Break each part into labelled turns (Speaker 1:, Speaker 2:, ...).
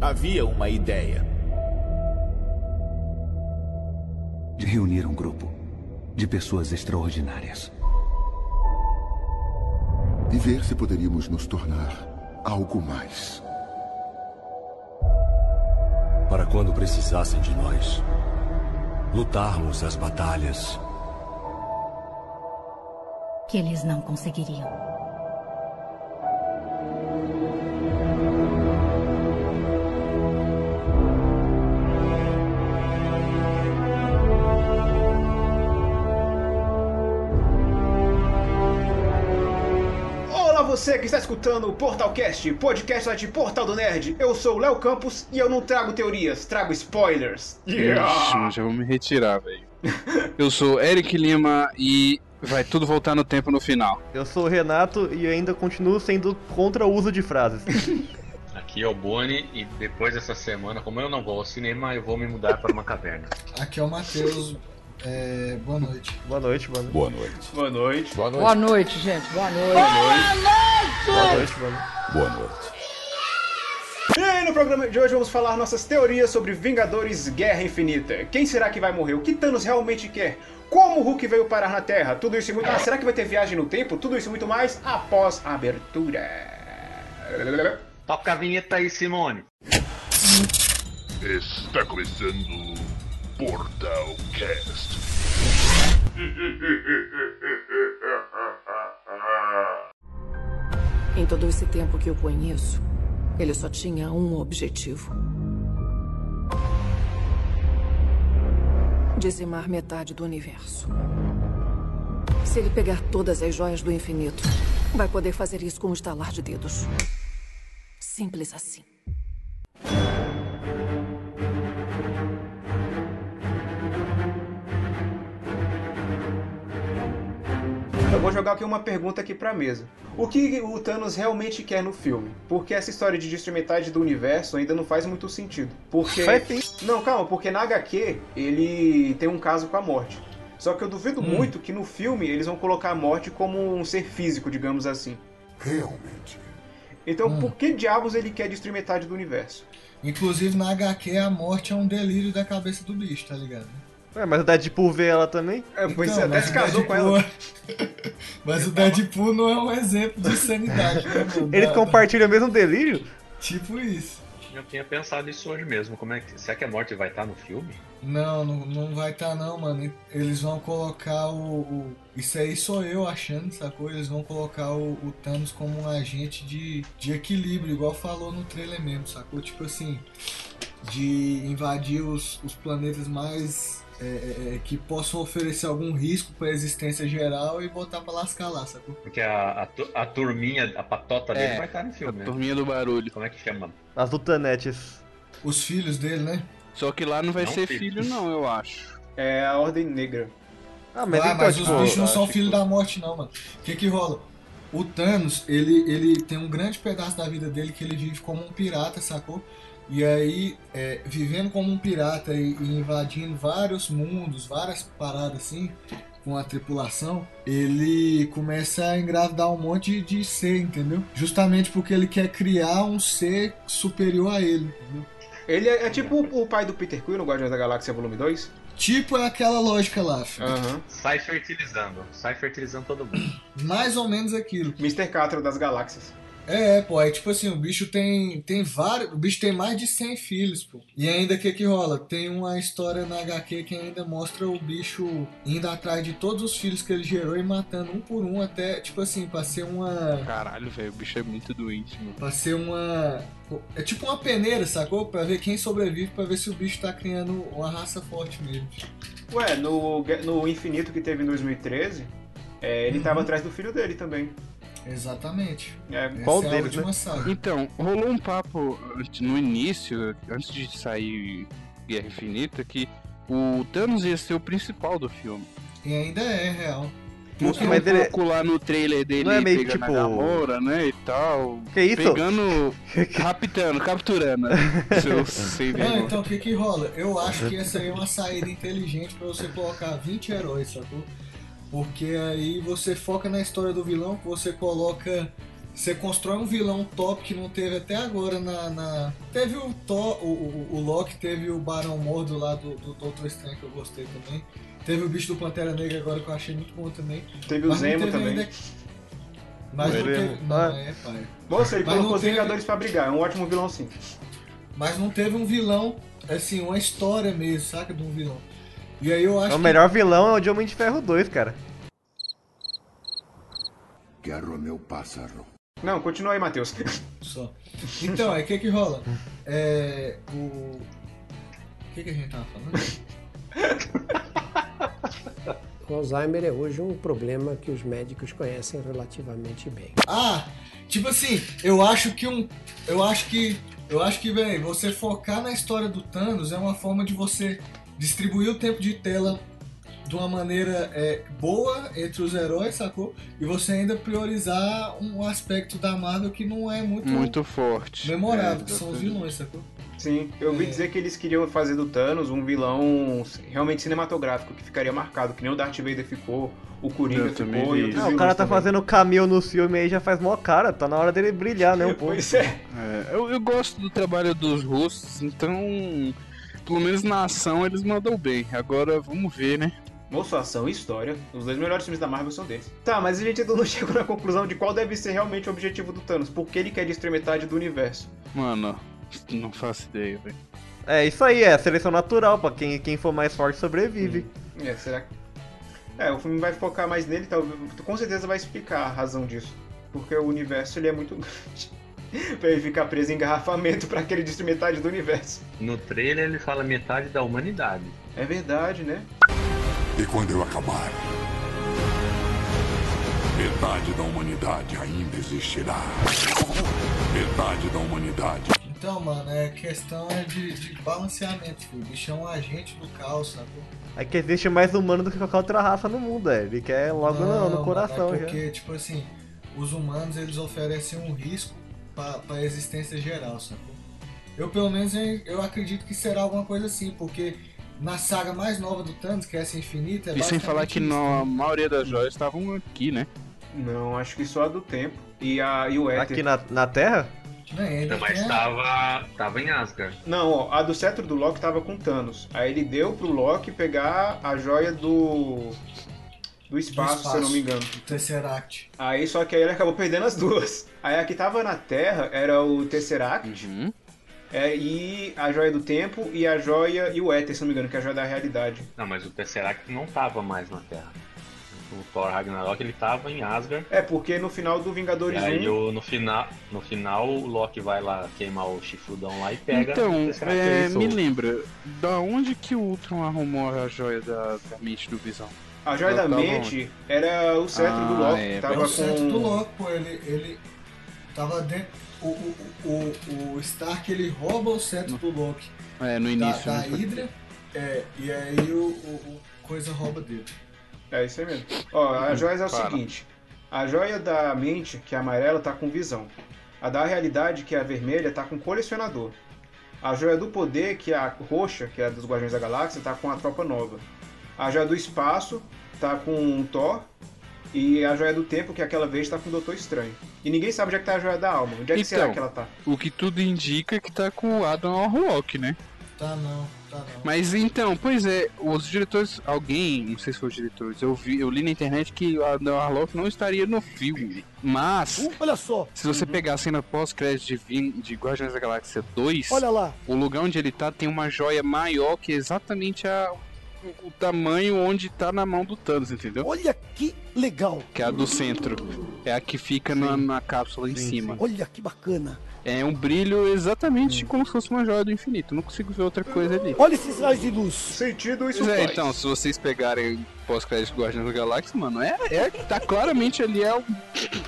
Speaker 1: havia uma ideia.
Speaker 2: De reunir um grupo de pessoas extraordinárias.
Speaker 3: E ver se poderíamos nos tornar algo mais.
Speaker 4: Para quando precisassem de nós, lutarmos as batalhas.
Speaker 5: Que eles não conseguiriam.
Speaker 6: Olá você que está escutando o Portalcast, podcast lá de Portal do Nerd. Eu sou o Léo Campos e eu não trago teorias, trago spoilers.
Speaker 7: Ixi, mano, já vou me retirar, velho. Eu sou Eric Lima e vai tudo voltar no tempo no final.
Speaker 8: Eu sou o Renato e ainda continuo sendo contra o uso de frases.
Speaker 9: Aqui é o Boni e depois dessa semana, como eu não vou ao cinema, eu vou me mudar para uma caverna.
Speaker 10: Aqui é o Matheus. É, boa noite.
Speaker 8: Boa noite, boa noite.
Speaker 11: Boa noite.
Speaker 6: Boa noite.
Speaker 11: Boa noite.
Speaker 12: Boa noite, gente. Boa noite.
Speaker 8: Boa noite, mano.
Speaker 11: Boa noite.
Speaker 6: E aí, no programa de hoje vamos falar nossas teorias sobre Vingadores Guerra Infinita. Quem será que vai morrer? O que Thanos realmente quer? Como o Hulk veio parar na Terra? Tudo isso e muito mais. Será que vai ter viagem no tempo? Tudo isso e muito mais após a abertura.
Speaker 9: Toca a vinheta aí, Simone.
Speaker 13: Está começando Portal Cast.
Speaker 14: Em todo esse tempo que eu conheço, ele só tinha um objetivo: dizimar metade do universo. Se ele pegar todas as joias do infinito, vai poder fazer isso com um estalar de dedos. Simples assim.
Speaker 6: Eu vou jogar aqui uma pergunta aqui pra mesa. O que o Thanos realmente quer no filme? Porque essa história de destruir metade do universo ainda não faz muito sentido. Porque.
Speaker 8: Faz sim.
Speaker 6: Não, calma, porque na HQ ele tem um caso com a morte. Só que eu duvido muito que no filme eles vão colocar a morte como um ser físico, digamos assim.
Speaker 3: Realmente.
Speaker 6: Então por que diabos ele quer destruir metade do universo?
Speaker 10: Inclusive na HQ a morte é um delírio da cabeça do bicho, tá ligado?
Speaker 8: Ué, É, mas o Deadpool vê ela também?
Speaker 6: É, pois
Speaker 10: Então,
Speaker 6: até
Speaker 10: mas
Speaker 6: se
Speaker 10: o
Speaker 6: casou com
Speaker 10: Deadpool-
Speaker 6: ela.
Speaker 10: mas o Deadpool não é um exemplo de sanidade, né, mano?
Speaker 8: Eles
Speaker 10: Da-
Speaker 8: compartilham o mesmo delírio?
Speaker 10: Tipo isso.
Speaker 9: Eu tinha pensado isso hoje mesmo. Como é que, será que a morte vai estar no filme?
Speaker 10: Não, não, não vai estar não, mano. Eles vão colocar o, o- Isso aí sou eu achando, sacou? Eles vão colocar o, o Thanos como um agente de, de equilíbrio, igual falou no trailer mesmo, sacou? Tipo assim, de invadir os, os planetas mais. é, é, é, que possam oferecer algum risco pra existência geral e botar pra lascar lá, sacou?
Speaker 9: Porque a, a, tu- a turminha, a patota dele
Speaker 10: É,
Speaker 9: vai estar no filme, né?
Speaker 7: Turminha do barulho.
Speaker 9: Como é que chama?
Speaker 8: As lutanetes.
Speaker 10: Os filhos dele, né?
Speaker 7: Só que lá não vai
Speaker 9: Não
Speaker 7: ser
Speaker 9: tem.
Speaker 7: filho, não, eu acho.
Speaker 6: É a Ordem Negra.
Speaker 8: Ah, mas
Speaker 10: ah,
Speaker 8: então,
Speaker 10: mas
Speaker 8: tipo,
Speaker 10: os bichos não são
Speaker 7: acho
Speaker 10: filho
Speaker 7: que-
Speaker 10: da morte, não, mano. O que que rola? O Thanos, ele, ele tem um grande pedaço da vida dele que ele vive como um pirata, sacou? E aí, é, vivendo como um pirata e, e invadindo vários mundos, várias paradas assim, com a tripulação, ele começa a engravidar um monte de ser, entendeu? Justamente porque ele quer criar um ser superior a ele, entendeu?
Speaker 6: Ele é, é tipo o, o pai do Peter Quill no Guardiões da Galáxia Volume 2.
Speaker 10: Tipo é aquela lógica lá, filho.
Speaker 6: Aham.
Speaker 9: Sai fertilizando. Sai fertilizando todo mundo.
Speaker 10: Mais ou menos aquilo.
Speaker 6: Mr. Catra das Galáxias.
Speaker 10: É, pô, é tipo assim, o bicho tem, tem vários. O bicho tem mais de 100 filhos, pô. E ainda o que que rola? Tem uma história na HQ que ainda mostra o bicho indo atrás de todos os filhos que ele gerou e matando um por um até, tipo assim, pra ser uma.
Speaker 7: Caralho, velho, o bicho é muito doente, mano.
Speaker 10: Pra ser uma. É tipo uma peneira, sacou? Pra ver quem sobrevive, pra ver se o bicho tá criando uma raça forte mesmo.
Speaker 6: Ué, no, Gue- no Infinito que teve em 2013, é, ele
Speaker 10: Uhum.
Speaker 6: tava atrás do filho dele também.
Speaker 10: Exatamente.
Speaker 6: É,
Speaker 8: Qual
Speaker 10: Essa é a
Speaker 8: deles,
Speaker 10: última saga.
Speaker 7: Então, rolou um papo antes- no início, antes de sair Guerra Infinita, que o Thanos ia ser o principal do filme.
Speaker 10: E ainda é real.
Speaker 7: Mostrou
Speaker 8: mas
Speaker 7: um
Speaker 8: ele- é
Speaker 7: pouco lá no trailer dele
Speaker 8: Não é meio
Speaker 7: pegando
Speaker 8: tipo-
Speaker 7: a Gamora, né, e tal.
Speaker 8: Que isso?
Speaker 7: Pegando, raptando, capturando. né, Seu sem
Speaker 10: Não,
Speaker 7: vergonha.
Speaker 10: então o que que rola? Eu acho que essa aí é uma saída inteligente pra você colocar 20 heróis, sacou? Porque aí você foca na história do vilão, você coloca Você constrói um vilão top que não teve até agora na. na- Teve o, Thor, o, o, o Loki, teve o Barão Mordo lá do, do Doutor Estranho que eu gostei também. Teve o bicho do Pantera Negra agora que eu achei muito bom também.
Speaker 6: Teve o
Speaker 10: Mas não
Speaker 6: Zemo também.
Speaker 10: Mas não
Speaker 6: O Zemo. Ah.
Speaker 10: teve. Não, é, pai.
Speaker 6: Nossa, ele
Speaker 10: Mas
Speaker 6: colocou
Speaker 10: não
Speaker 6: os
Speaker 10: teve-
Speaker 6: Vingadores pra brigar, é um ótimo vilão sim.
Speaker 10: Mas não teve um vilão, assim, uma história mesmo, saca? De um vilão. E aí eu acho
Speaker 8: O
Speaker 10: que-
Speaker 8: melhor vilão é o de Homem de Ferro 2, cara.
Speaker 3: Quero meu pássaro.
Speaker 6: Não, continua aí, Matheus.
Speaker 10: Só. Então, aí o que que rola? É. O. O que que a gente tava falando?
Speaker 1: O Alzheimer é hoje um problema que os médicos conhecem relativamente bem.
Speaker 10: Ah, tipo assim, eu acho que um. Eu acho que. Eu acho que, velho, você focar na história do Thanos é uma forma de você distribuir o tempo de tela de uma maneira é, boa entre os heróis, sacou? E você ainda priorizar um aspecto da Marvel que não é muito,
Speaker 7: Muito forte.
Speaker 10: memorável,
Speaker 7: É,
Speaker 10: que são os
Speaker 7: exatamente.
Speaker 10: vilões, sacou?
Speaker 6: Sim, eu
Speaker 10: É.
Speaker 6: ouvi dizer que eles queriam fazer do Thanos um vilão realmente cinematográfico, que ficaria marcado, que nem o Darth Vader ficou, o Coringa
Speaker 7: Eu também
Speaker 6: ficou
Speaker 7: vi
Speaker 6: e outros
Speaker 7: isso.
Speaker 8: Ah,
Speaker 6: vilões
Speaker 8: o cara tá
Speaker 6: também.
Speaker 8: fazendo cameo no filme aí já faz mó cara, tá na hora dele brilhar, né? Um pouco.
Speaker 6: Pois é.
Speaker 7: É, eu, eu gosto do trabalho dos russos, então. Pelo menos na ação eles mandam bem. Agora vamos ver, né?
Speaker 6: Moço, ação e história. Os dois melhores filmes da Marvel são deles. Tá, mas a gente ainda não chegou na conclusão de qual deve ser realmente o objetivo do Thanos. Por que ele quer destruir metade do universo?
Speaker 7: Mano, não faço ideia, velho.
Speaker 8: É isso aí, é seleção natural, pra quem, quem for mais forte sobrevive.
Speaker 6: É, será que. É, o filme vai focar mais nele, talvez. Com certeza vai explicar a razão disso. Porque o universo ele é muito grande. pra ele ficar preso em engarrafamento pra que ele destruir metade do universo.
Speaker 9: No trailer ele fala metade da humanidade.
Speaker 6: É verdade, né?
Speaker 13: E quando eu acabar, metade da humanidade ainda existirá. Metade da humanidade
Speaker 10: Então, mano, é questão é de, de balanceamento, filho. O bicho é um agente do caos, sacou?
Speaker 8: É que existe mais humano do que qualquer outra raça no mundo, é. Ele quer logo no- no,
Speaker 10: mano,
Speaker 8: coração
Speaker 10: é
Speaker 8: já.
Speaker 10: porque, tipo assim, os humanos eles oferecem um risco pra, pra existência geral, sacou? Eu, pelo menos, eu, eu acredito que será alguma coisa assim, porque na saga mais nova do Thanos, que é essa infinita, é
Speaker 7: E sem falar que
Speaker 10: basicamente
Speaker 7: na
Speaker 10: isso, né?
Speaker 7: maioria das joias estavam aqui, né?
Speaker 6: Não, acho que só a do tempo. E, a, e o éter.
Speaker 8: Aqui na, na Terra?
Speaker 10: Não, ainda
Speaker 9: Mas
Speaker 10: né, tem a-
Speaker 9: tava, tava em Asgard.
Speaker 6: Não, ó, a do cetro do Loki tava com Thanos. Aí ele deu pro Loki pegar a joia do. Do espaço,
Speaker 10: espaço.
Speaker 6: se eu não me engano.
Speaker 10: o Tesseract.
Speaker 6: Aí só que aí ele acabou perdendo as duas. Aí a que tava na Terra era o Tesseract.
Speaker 7: Uhum.
Speaker 6: é, e a joia do tempo e a joia. E o Éter, se eu não me engano, que é a joia da realidade.
Speaker 9: Não, mas o Tesseract não tava mais na Terra. O Thor Ragnarok ele tava em Asgard.
Speaker 6: É, porque no final do
Speaker 9: E
Speaker 6: Vingadores
Speaker 9: aí
Speaker 6: 1.
Speaker 9: o- no, final, no final o Loki vai lá queimar o chifrudão lá e pega. o
Speaker 7: então,
Speaker 9: Tesseract.
Speaker 7: é,
Speaker 9: isso.
Speaker 7: me lembra, da onde que o Ultron arrumou a joia da, da mente do Visão?
Speaker 6: A joia da
Speaker 7: Tá bom.
Speaker 6: mente era o cetro
Speaker 7: Ah,
Speaker 6: do Loki.
Speaker 7: é,
Speaker 6: que
Speaker 10: É
Speaker 6: tava
Speaker 10: o centro do
Speaker 6: com.
Speaker 10: Loki, pô. Ele, ele tava dentro. O, o, o, o- o Stark ele rouba o centro do Loki
Speaker 7: É, no
Speaker 10: da,
Speaker 7: início,
Speaker 10: da
Speaker 7: né?
Speaker 10: Hydra. É, e aí o, o- o coisa rouba dele.
Speaker 6: É isso aí mesmo. Ó, a joia é o
Speaker 7: Hum, Para.
Speaker 6: seguinte: a joia da mente, que é amarela, tá com visão. A da realidade, que é a vermelha, tá com colecionador. A joia do poder, que é a roxa, que é a dos Guardiões da Galáxia, tá com a tropa nova. A joia do espaço tá com o Thor. E a joia do tempo, que é aquela vez, tá com o Doutor Estranho. E ninguém sabe onde é que tá a joia da alma. Onde é que será
Speaker 7: Então.
Speaker 6: que ela tá?
Speaker 7: O que tudo indica é que tá com o Adam Warlock, né?
Speaker 10: Tá não, tá não.
Speaker 7: Mas então, pois é, os diretores, alguém, não sei se foi os diretores, eu vi, eu li na internet que o Adam Warlock não estaria no filme. Mas,
Speaker 10: Uhum.
Speaker 1: Olha só,
Speaker 7: se você pegar a cena pós-crédito de, Vin- de Guardiões da Galáxia 2,
Speaker 1: olha lá.
Speaker 7: o lugar onde ele tá tem uma joia maior que é exatamente a, o, o tamanho onde tá na mão do Thanos, entendeu?
Speaker 1: Olha que legal.
Speaker 7: Que é a do centro. É a que fica na, na cápsula em cima.
Speaker 1: Olha que bacana.
Speaker 7: É um brilho exatamente como se fosse uma joia do infinito. Não consigo ver outra coisa ali.
Speaker 1: Olha esses sinais de luz.
Speaker 6: Sentido isso
Speaker 7: Pois é,
Speaker 6: faz.
Speaker 7: então, se vocês pegarem o pós-crédito do Guardiões da Galáxia, mano, é, é tá claramente ali é o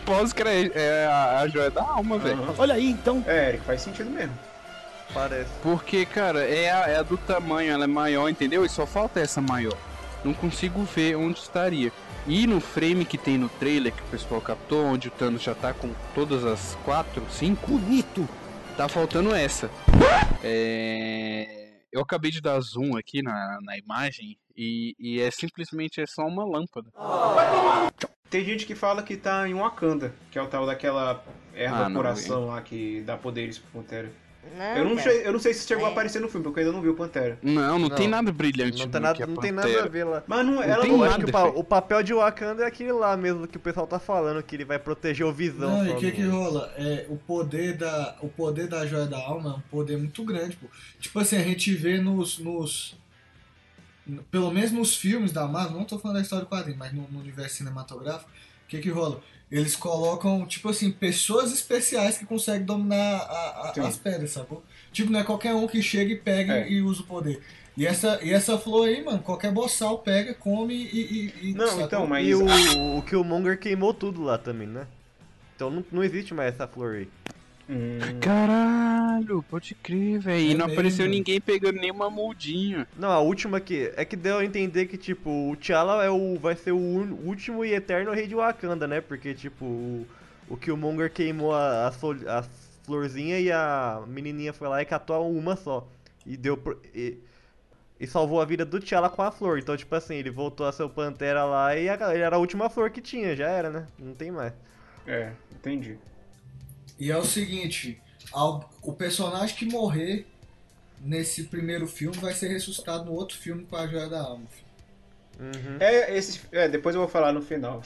Speaker 7: pós-crédito, é a, a joia da alma, velho.
Speaker 6: Aham.
Speaker 1: Olha aí então.
Speaker 6: É, Eric, faz sentido mesmo.
Speaker 8: Parece.
Speaker 7: Porque, cara, é a, é a do tamanho, ela é maior, entendeu? E só falta essa maior. Não consigo ver onde estaria. E no frame que tem no trailer que o pessoal captou, onde o Thanos já tá com todas as quatro, cinco,
Speaker 1: Bonito.
Speaker 7: tá faltando essa. É... Eu acabei de dar zoom aqui na, na imagem e, e é simplesmente é só uma lâmpada.
Speaker 6: Tem gente que fala que tá em Wakanda, que é o tal daquela erva
Speaker 7: Ah, não,
Speaker 6: coração lá que dá poderes pro Pantera.
Speaker 11: Não,
Speaker 6: eu, não
Speaker 11: cara. É.
Speaker 6: sei, eu não sei se chegou a aparecer no filme, porque eu ainda não vi o Pantera.
Speaker 7: Não, não, tem nada brilhante.
Speaker 6: Não
Speaker 7: no
Speaker 6: tem
Speaker 7: que
Speaker 6: nada-
Speaker 7: é
Speaker 6: não
Speaker 8: tem
Speaker 7: Pantera.
Speaker 8: nada a ver lá.
Speaker 6: Mas não-
Speaker 7: ela não
Speaker 8: eu
Speaker 7: é
Speaker 8: acho que o, pa-
Speaker 7: defeito.
Speaker 8: o papel de Wakanda é aquele lá mesmo que o pessoal tá falando, que ele vai proteger o Visão.
Speaker 10: Não, e o
Speaker 8: só,
Speaker 10: que
Speaker 8: né?
Speaker 10: que rola? É, o, poder da, o poder da joia da alma é um poder muito grande, pô. Tipo assim, a gente vê nos. nos no- pelo menos nos filmes da Marvel, não tô falando da história do quadrinho, mas no, no universo cinematográfico, o que que rola? Eles colocam, tipo assim, pessoas especiais que conseguem dominar a- a-
Speaker 6: Sim.
Speaker 10: as pedras, sacou? Tipo, não é qualquer um que chega e pega
Speaker 6: É.
Speaker 10: e usa o poder. E essa, e essa flor aí, mano, qualquer boçal pega, come e. e, e
Speaker 8: Não,
Speaker 10: sacou?
Speaker 8: então, mas. E o, o Killmonger queimou tudo lá também, né? Então não, não existe mais essa flor aí.
Speaker 6: Hum,
Speaker 7: Caralho, pode crer, velho. E
Speaker 8: É
Speaker 7: não apareceu
Speaker 8: mesmo.
Speaker 7: ninguém pegando nenhuma moldinha.
Speaker 8: Não, a última que. É que deu a entender que, tipo, o T'Challa é o, vai ser o un- último e eterno rei de Wakanda, né? Porque, tipo, o, o Killmonger queimou a, a, sol- a florzinha e a menininha foi lá e catou uma só. E deu. pro- E, e salvou a vida do T'Challa com a flor. Então, tipo assim, ele voltou a ser o Pantera lá e a, gal- ele era a última flor que tinha, já era, né? Não tem mais.
Speaker 6: É, entendi.
Speaker 10: E é o seguinte, al- o personagem que morrer nesse primeiro filme vai ser ressuscitado no outro filme com a joia da alma. filho.
Speaker 11: Uhum.
Speaker 6: É, esse, é, depois eu vou falar no final.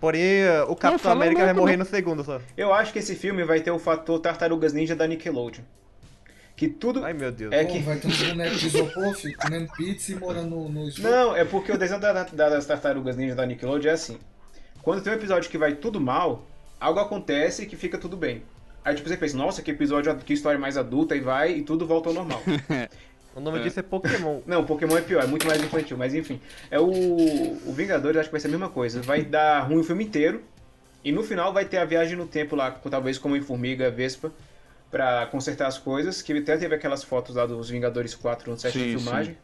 Speaker 8: Porém, eh, o Capitão
Speaker 6: fala
Speaker 8: América vai
Speaker 6: logo,
Speaker 8: morrer
Speaker 6: não.
Speaker 8: no segundo só.
Speaker 6: Eu acho que esse filme vai ter o fator Tartarugas Ninja da Nickelodeon. Que tudo.
Speaker 8: Ai meu Deus.
Speaker 6: É
Speaker 10: Pô,
Speaker 6: que...
Speaker 10: Vai ter um boneco de isopor, filho, comendo pizza e morando no, no esgoto.
Speaker 6: Não, é porque o desenho da- da- das tartarugas ninja da Nickelodeon é assim. Quando tem um episódio que vai tudo mal, algo acontece que fica tudo bem. Aí tipo, você pensa, nossa, que episódio, que história mais adulta, e vai, e tudo volta ao normal.
Speaker 8: O nome disso é Pokémon.
Speaker 6: Não, Pokémon é pior, é muito mais infantil, mas enfim. É o, o Vingadores, acho que vai ser a mesma coisa. Vai dar ruim o filme inteiro, e no final vai ter a viagem no tempo lá, com- talvez como em Formiga, Vespa, pra consertar as coisas, que até teve aquelas fotos lá dos Vingadores 4 no set de
Speaker 7: Sim,
Speaker 6: filmagem.
Speaker 7: sim.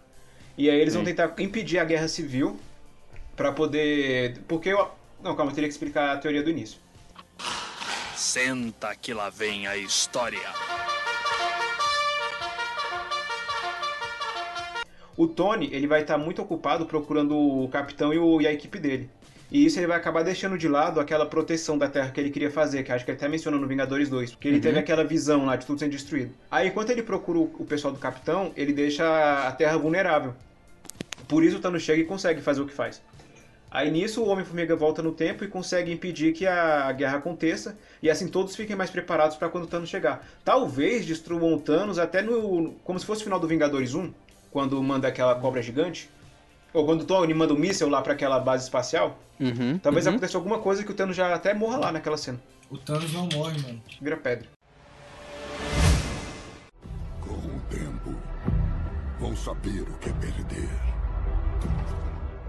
Speaker 6: E aí eles
Speaker 7: Sim.
Speaker 6: vão tentar impedir a guerra civil pra poder. Porque eu. Não, calma, eu teria que explicar a teoria do início.
Speaker 12: Senta que lá vem a história.
Speaker 6: O Tony, ele vai estar muito ocupado procurando o capitão e, o- e a equipe dele. E isso ele vai acabar deixando de lado aquela proteção da Terra que ele queria fazer, que acho que ele até menciona no Vingadores 2, porque ele
Speaker 7: Uhum.
Speaker 6: teve aquela visão lá de tudo sendo destruído. Aí enquanto ele procura o o pessoal do capitão, ele deixa a Terra vulnerável. Por isso o Thanos chega e consegue fazer o que faz. Aí nisso o Homem-Formiga volta no tempo e consegue impedir que a guerra aconteça, e assim todos fiquem mais preparados para quando o Thanos chegar. Talvez destruam o Thanos até no. como se fosse o final do Vingadores 1, quando manda aquela cobra gigante. Ou quando o Tony manda um míssel lá para aquela base espacial.
Speaker 7: Uhum.
Speaker 6: Talvez
Speaker 7: uhum.
Speaker 6: aconteça alguma coisa que o Thanos já até morra lá naquela cena.
Speaker 10: O Thanos não morre, mano.
Speaker 6: Vira pedra.
Speaker 13: Com o tempo, vão saber o que é perder.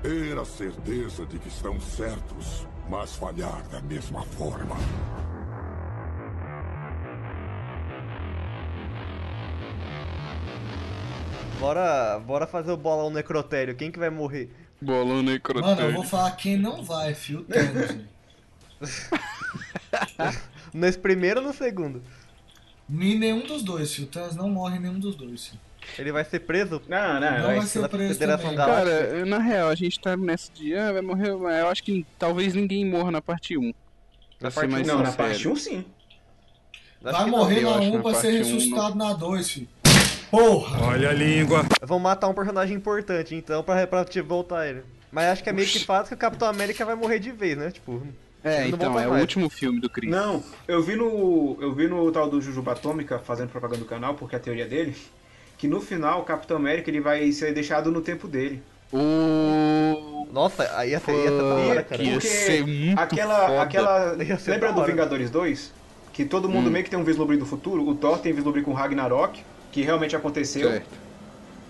Speaker 13: Ter a certeza de que estão certos, mas falhar da mesma forma.
Speaker 8: Bora, bora fazer o bolão necrotério. Quem que vai morrer?
Speaker 7: Bolão
Speaker 10: Mano, eu vou falar quem não vai, filho. O Thanos, velho.
Speaker 8: Nesse primeiro ou no segundo?
Speaker 10: Nem nenhum dos dois, filho. O Thanos não morre em nenhum dos dois. filho.
Speaker 8: Ele vai ser preso?
Speaker 6: Não, é não,
Speaker 10: Não vai vai ser ser da preso Federação também.
Speaker 7: Cara,
Speaker 10: Galáctica.
Speaker 7: eu- na real, a gente tá nessa de. Ah, vai morrer. mas Eu acho que talvez ninguém morra na parte 1. Pra ser mais
Speaker 6: não, na
Speaker 7: sincero.
Speaker 6: parte 1 sim.
Speaker 10: Vai morrer
Speaker 7: eu
Speaker 10: na
Speaker 7: acho,
Speaker 10: 1
Speaker 7: na
Speaker 10: pra ser
Speaker 7: parte um,
Speaker 10: ressuscitado na 2, filho. Porra!
Speaker 8: Olha a língua. Vão matar um personagem importante, então, pra, pra te voltar ele. Mas acho que é meio que fato que o Capitão América vai morrer de vez, né? Tipo.
Speaker 7: É,
Speaker 8: ele não
Speaker 7: então,
Speaker 8: volta
Speaker 7: é o
Speaker 8: mais.
Speaker 7: último filme do Chris.
Speaker 6: Não, eu vi no. Eu vi no tal do Jujuba Atômica fazendo propaganda do canal, porque é a teoria dele, que no final o Capitão América ele vai ser deixado no tempo dele.
Speaker 8: Nossa, aí ia ser, ia ser da hora, cara.
Speaker 6: Porque aquela. aquela
Speaker 8: Ia ser
Speaker 6: lembra
Speaker 8: da
Speaker 6: do
Speaker 8: hora. Hum.
Speaker 6: Vingadores 2? Que todo mundo meio que tem um vislumbre do futuro. O Thor tem vislumbre com Ragnarok, que realmente aconteceu.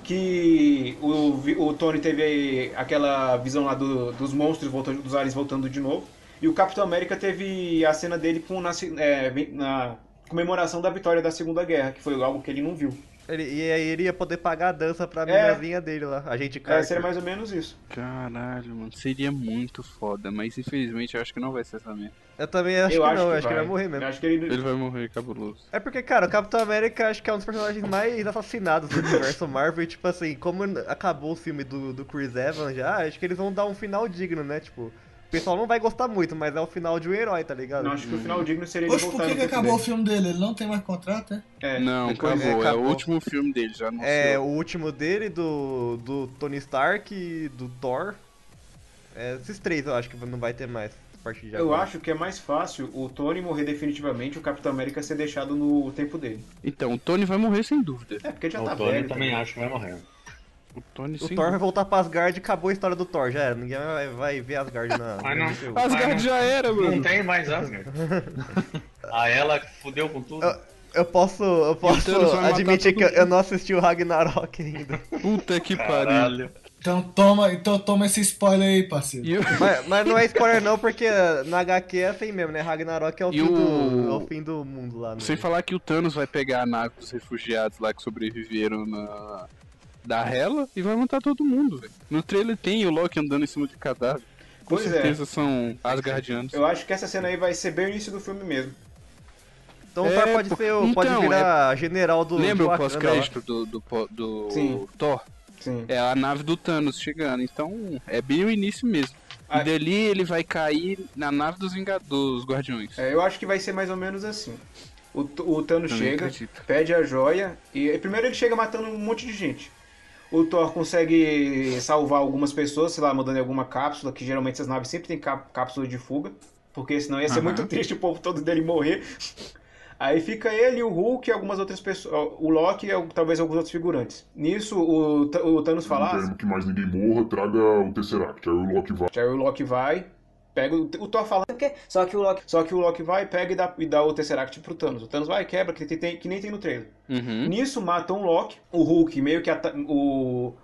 Speaker 6: Que o, vi- o Tony teve aquela visão lá do- dos monstros, voltando, dos aliens voltando de novo. E o Capitão América teve a cena dele com, na, se- é, vi- na comemoração da vitória da Segunda Guerra, que foi algo que ele não viu.
Speaker 8: Ele, e aí ele ia poder pagar a dança pra
Speaker 6: É.
Speaker 8: minazinha dele lá. A gente
Speaker 6: É,
Speaker 8: cara.
Speaker 6: seria mais ou menos isso.
Speaker 7: Caralho, mano. Seria muito foda, mas infelizmente eu acho que não vai ser essa merda.
Speaker 8: Eu também acho
Speaker 6: Eu
Speaker 8: que
Speaker 6: acho
Speaker 8: não,
Speaker 6: que
Speaker 8: acho que ele
Speaker 6: vai.
Speaker 8: vai morrer mesmo.
Speaker 6: Eu acho que ele-
Speaker 7: Ele vai morrer, cabuloso.
Speaker 8: É porque, cara, o Capitão América acho que é um dos personagens mais assassinados do universo Marvel. E, tipo assim, como acabou o filme do, do Chris Evans já, acho que eles vão dar um final digno, né? Tipo, pessoal não vai gostar muito, mas é o final de um herói, tá ligado?
Speaker 6: Não, acho que o final digno seria ele
Speaker 10: Poxa, por
Speaker 6: voltando
Speaker 10: que, que
Speaker 6: pro
Speaker 10: acabou é o
Speaker 6: poder.
Speaker 10: filme dele? Ele não tem mais contrato, é?
Speaker 7: Não,
Speaker 8: depois-
Speaker 7: acabou.
Speaker 8: é,
Speaker 7: É
Speaker 8: acabou.
Speaker 7: o último filme dele, já anunciou.
Speaker 8: É, o último dele, do, do Tony Stark e do Thor. É, esses três eu acho que não vai ter mais a partir de
Speaker 6: Eu
Speaker 8: agora.
Speaker 6: acho que é mais fácil o Tony morrer definitivamente e o Capitão América ser deixado no tempo dele.
Speaker 7: Então, o Tony vai morrer sem dúvida.
Speaker 6: É, porque ele já
Speaker 9: O
Speaker 6: tá
Speaker 9: Tony
Speaker 6: velho.
Speaker 9: também
Speaker 6: tá
Speaker 9: acho que vai morrer.
Speaker 7: O Tony sem
Speaker 8: O Thor vai
Speaker 7: dúvida.
Speaker 8: voltar pra Asgard e acabou a história do Thor, já era. Ninguém vai, vai ver Asgard na.
Speaker 9: Mas
Speaker 8: na
Speaker 9: não-
Speaker 8: MCU.
Speaker 9: mas não-
Speaker 7: já era, mano.
Speaker 9: Não tem mais Asgard. A Ah, ela fudeu com tudo.
Speaker 7: Ah,
Speaker 8: Eu posso, eu posso
Speaker 7: Thanos vai matar
Speaker 8: admitir
Speaker 7: todo
Speaker 8: que eu-
Speaker 7: mundo.
Speaker 8: eu não assisti o Ragnarok ainda.
Speaker 7: Puta que pariu.
Speaker 9: Caralho.
Speaker 10: Então toma, então toma esse spoiler aí, parceiro.
Speaker 7: E, o-
Speaker 8: Mas, mas não é spoiler não, porque na HQ é assim mesmo, né? Ragnarok é o,
Speaker 7: E
Speaker 8: fim, Do,
Speaker 7: o-
Speaker 8: é o fim do mundo lá, né?
Speaker 7: Sem falar que o Thanos vai pegar a nave dos refugiados lá que sobreviveram na... da Hela e vai matar todo mundo, velho. No trailer tem o Loki andando em cima de cadáver. Com
Speaker 6: Pois é.
Speaker 7: certeza são Asgardianos.
Speaker 6: Eu acho que essa cena aí vai ser bem o início do filme mesmo.
Speaker 8: Então o
Speaker 7: É,
Speaker 8: Thor pode,
Speaker 7: pô.
Speaker 8: ser, o- pode
Speaker 7: Então,
Speaker 8: virar general do né?
Speaker 7: Lembra
Speaker 8: do
Speaker 7: o
Speaker 8: Wakanda lá.
Speaker 7: pós-crédito do, do, po- do
Speaker 6: Sim.
Speaker 7: Thor?
Speaker 6: Sim.
Speaker 7: É a nave do Thanos chegando. Então é bem o início mesmo.
Speaker 6: Ah.
Speaker 7: E dali ele vai cair na nave dos, Vinga- dos Guardiões.
Speaker 6: É, eu acho que vai ser mais ou menos assim. O, T- o Thanos
Speaker 7: Também
Speaker 6: chega,
Speaker 7: acredito.
Speaker 6: pede a joia, e e primeiro ele chega matando um monte de gente. O Thor consegue salvar algumas pessoas, sei lá, mandando em alguma cápsula, que geralmente essas naves sempre tem cá- cápsula de fuga, porque senão ia ser
Speaker 7: Aham.
Speaker 6: muito triste o povo todo dele morrer. Aí fica ele, o Hulk e algumas outras pessoas, o Loki e al- talvez alguns outros figurantes. Nisso o, T- o Thanos fala, "Ah,
Speaker 13: Querendo que mais ninguém morra, traga o Tesseract. Aí o Loki vai.
Speaker 6: Aí o Loki vai, pega o, o Thor fala, "O quê?" Só que o Loki, só que o Loki vai, pega e dá, e dá o Tesseract pro Thanos. O Thanos vai e quebra, que, tem- tem- que nem tem no trailer.
Speaker 7: Uhum.
Speaker 6: Nisso matam o Loki, o Hulk meio que ata- o,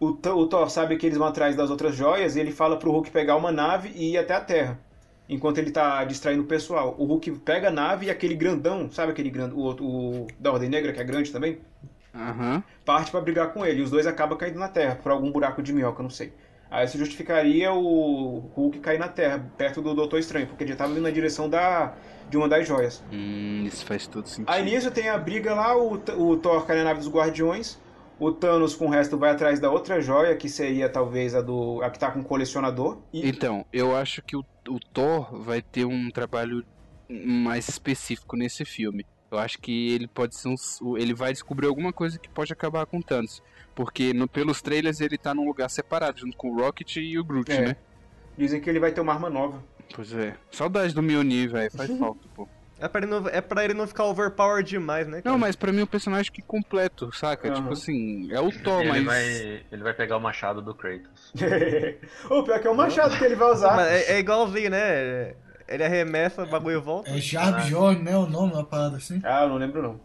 Speaker 6: o, Th- o Thor sabe que eles vão atrás das outras joias e ele fala pro Hulk pegar uma nave e ir até a Terra. Enquanto ele tá distraindo o pessoal. O Hulk pega a nave e aquele grandão, sabe aquele grande, o, outro- o da Ordem Negra que é grande também?
Speaker 7: Aham.
Speaker 6: parte pra brigar com ele. Os dois acabam caindo na terra, por algum buraco de minhoca, não sei. Aí isso justificaria o Hulk cair na terra, perto do Doutor Estranho, porque ele já tava indo na direção da, de uma das joias.
Speaker 7: Hum, isso faz todo sentido.
Speaker 6: Aí nisso tem a briga lá, o, T- o Thor cai na nave dos Guardiões, o Thanos com o resto vai atrás da outra joia, que seria talvez a do a que tá com o colecionador. E,
Speaker 7: Então, eu acho que o, o Thor vai ter um trabalho mais específico nesse filme. Eu acho que ele pode ser um, s- o- ele vai descobrir alguma coisa que pode acabar com o Thanos, porque no- pelos trailers ele tá num lugar separado junto com o Rocket e o Groot,
Speaker 6: É.
Speaker 7: né?
Speaker 6: dizem que ele vai ter uma arma nova.
Speaker 7: Pois é. Saudade do Mjolnir, velho, faz falta, pô.
Speaker 8: É pra, ele não, é pra ele não ficar overpowered demais, né? cara?
Speaker 7: Não, mas pra mim é um personagem que completo, saca?
Speaker 6: Aham.
Speaker 7: Tipo assim, é o Thor,
Speaker 9: Ele,
Speaker 7: mas
Speaker 9: vai, ele vai pegar o machado do Kratos.
Speaker 6: o pior que é o machado que ele vai
Speaker 8: Não,
Speaker 6: usar.
Speaker 8: mas é, é igualzinho, né? Ele arremessa, o bagulho volta.
Speaker 10: É Jabjorn, né? O nome, uma parada assim.
Speaker 6: Ah, eu não lembro não.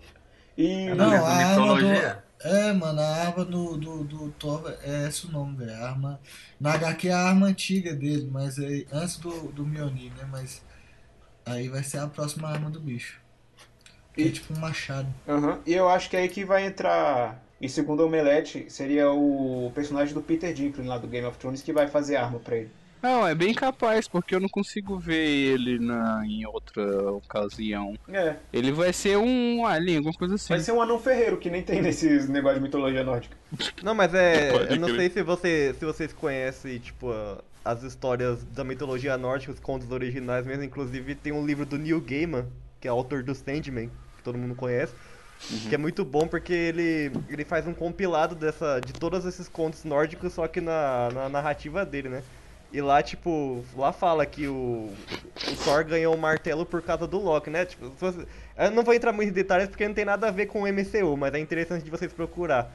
Speaker 6: E
Speaker 9: É da
Speaker 10: Não,
Speaker 9: mesma
Speaker 10: a arma do.
Speaker 9: mitologia?
Speaker 10: É, mano, a arma do, do, do Thor é esse o nome, velho. A arma. Na HQ é a arma antiga dele, mas é antes do, do Mjolnir, né? Mas aí vai ser a próxima arma do bicho. Que é tipo um machado.
Speaker 6: Aham, E eu acho que é aí que vai entrar. E segundo o Omelete, seria o personagem do Peter Dinklage lá do Game of Thrones que vai fazer arma pra ele.
Speaker 7: Não, é bem capaz, porque eu não consigo ver ele na, em outra ocasião.
Speaker 6: É,
Speaker 7: Ele vai ser um alien, alguma coisa assim.
Speaker 6: vai ser um anão ferreiro que nem tem nesses negócios de mitologia nórdica.
Speaker 8: Não, mas é.
Speaker 7: Pode
Speaker 8: Eu não
Speaker 7: crer.
Speaker 8: sei se, você, se vocês conhecem, tipo, a- as histórias da mitologia nórdica, os contos originais mesmo. Inclusive, tem um livro do Neil Gaiman, que é autor do Sandman, que todo mundo conhece.
Speaker 7: Uhum.
Speaker 8: Que é muito bom porque ele, ele faz um compilado dessa, de todos esses contos nórdicos, só que na, na narrativa dele, né? E lá, tipo, lá fala que o, o Thor ganhou o martelo por causa do Loki, né? Tipo, se você- eu não vou entrar muito em detalhes porque não tem nada a ver com o MCU, mas é interessante de vocês procurar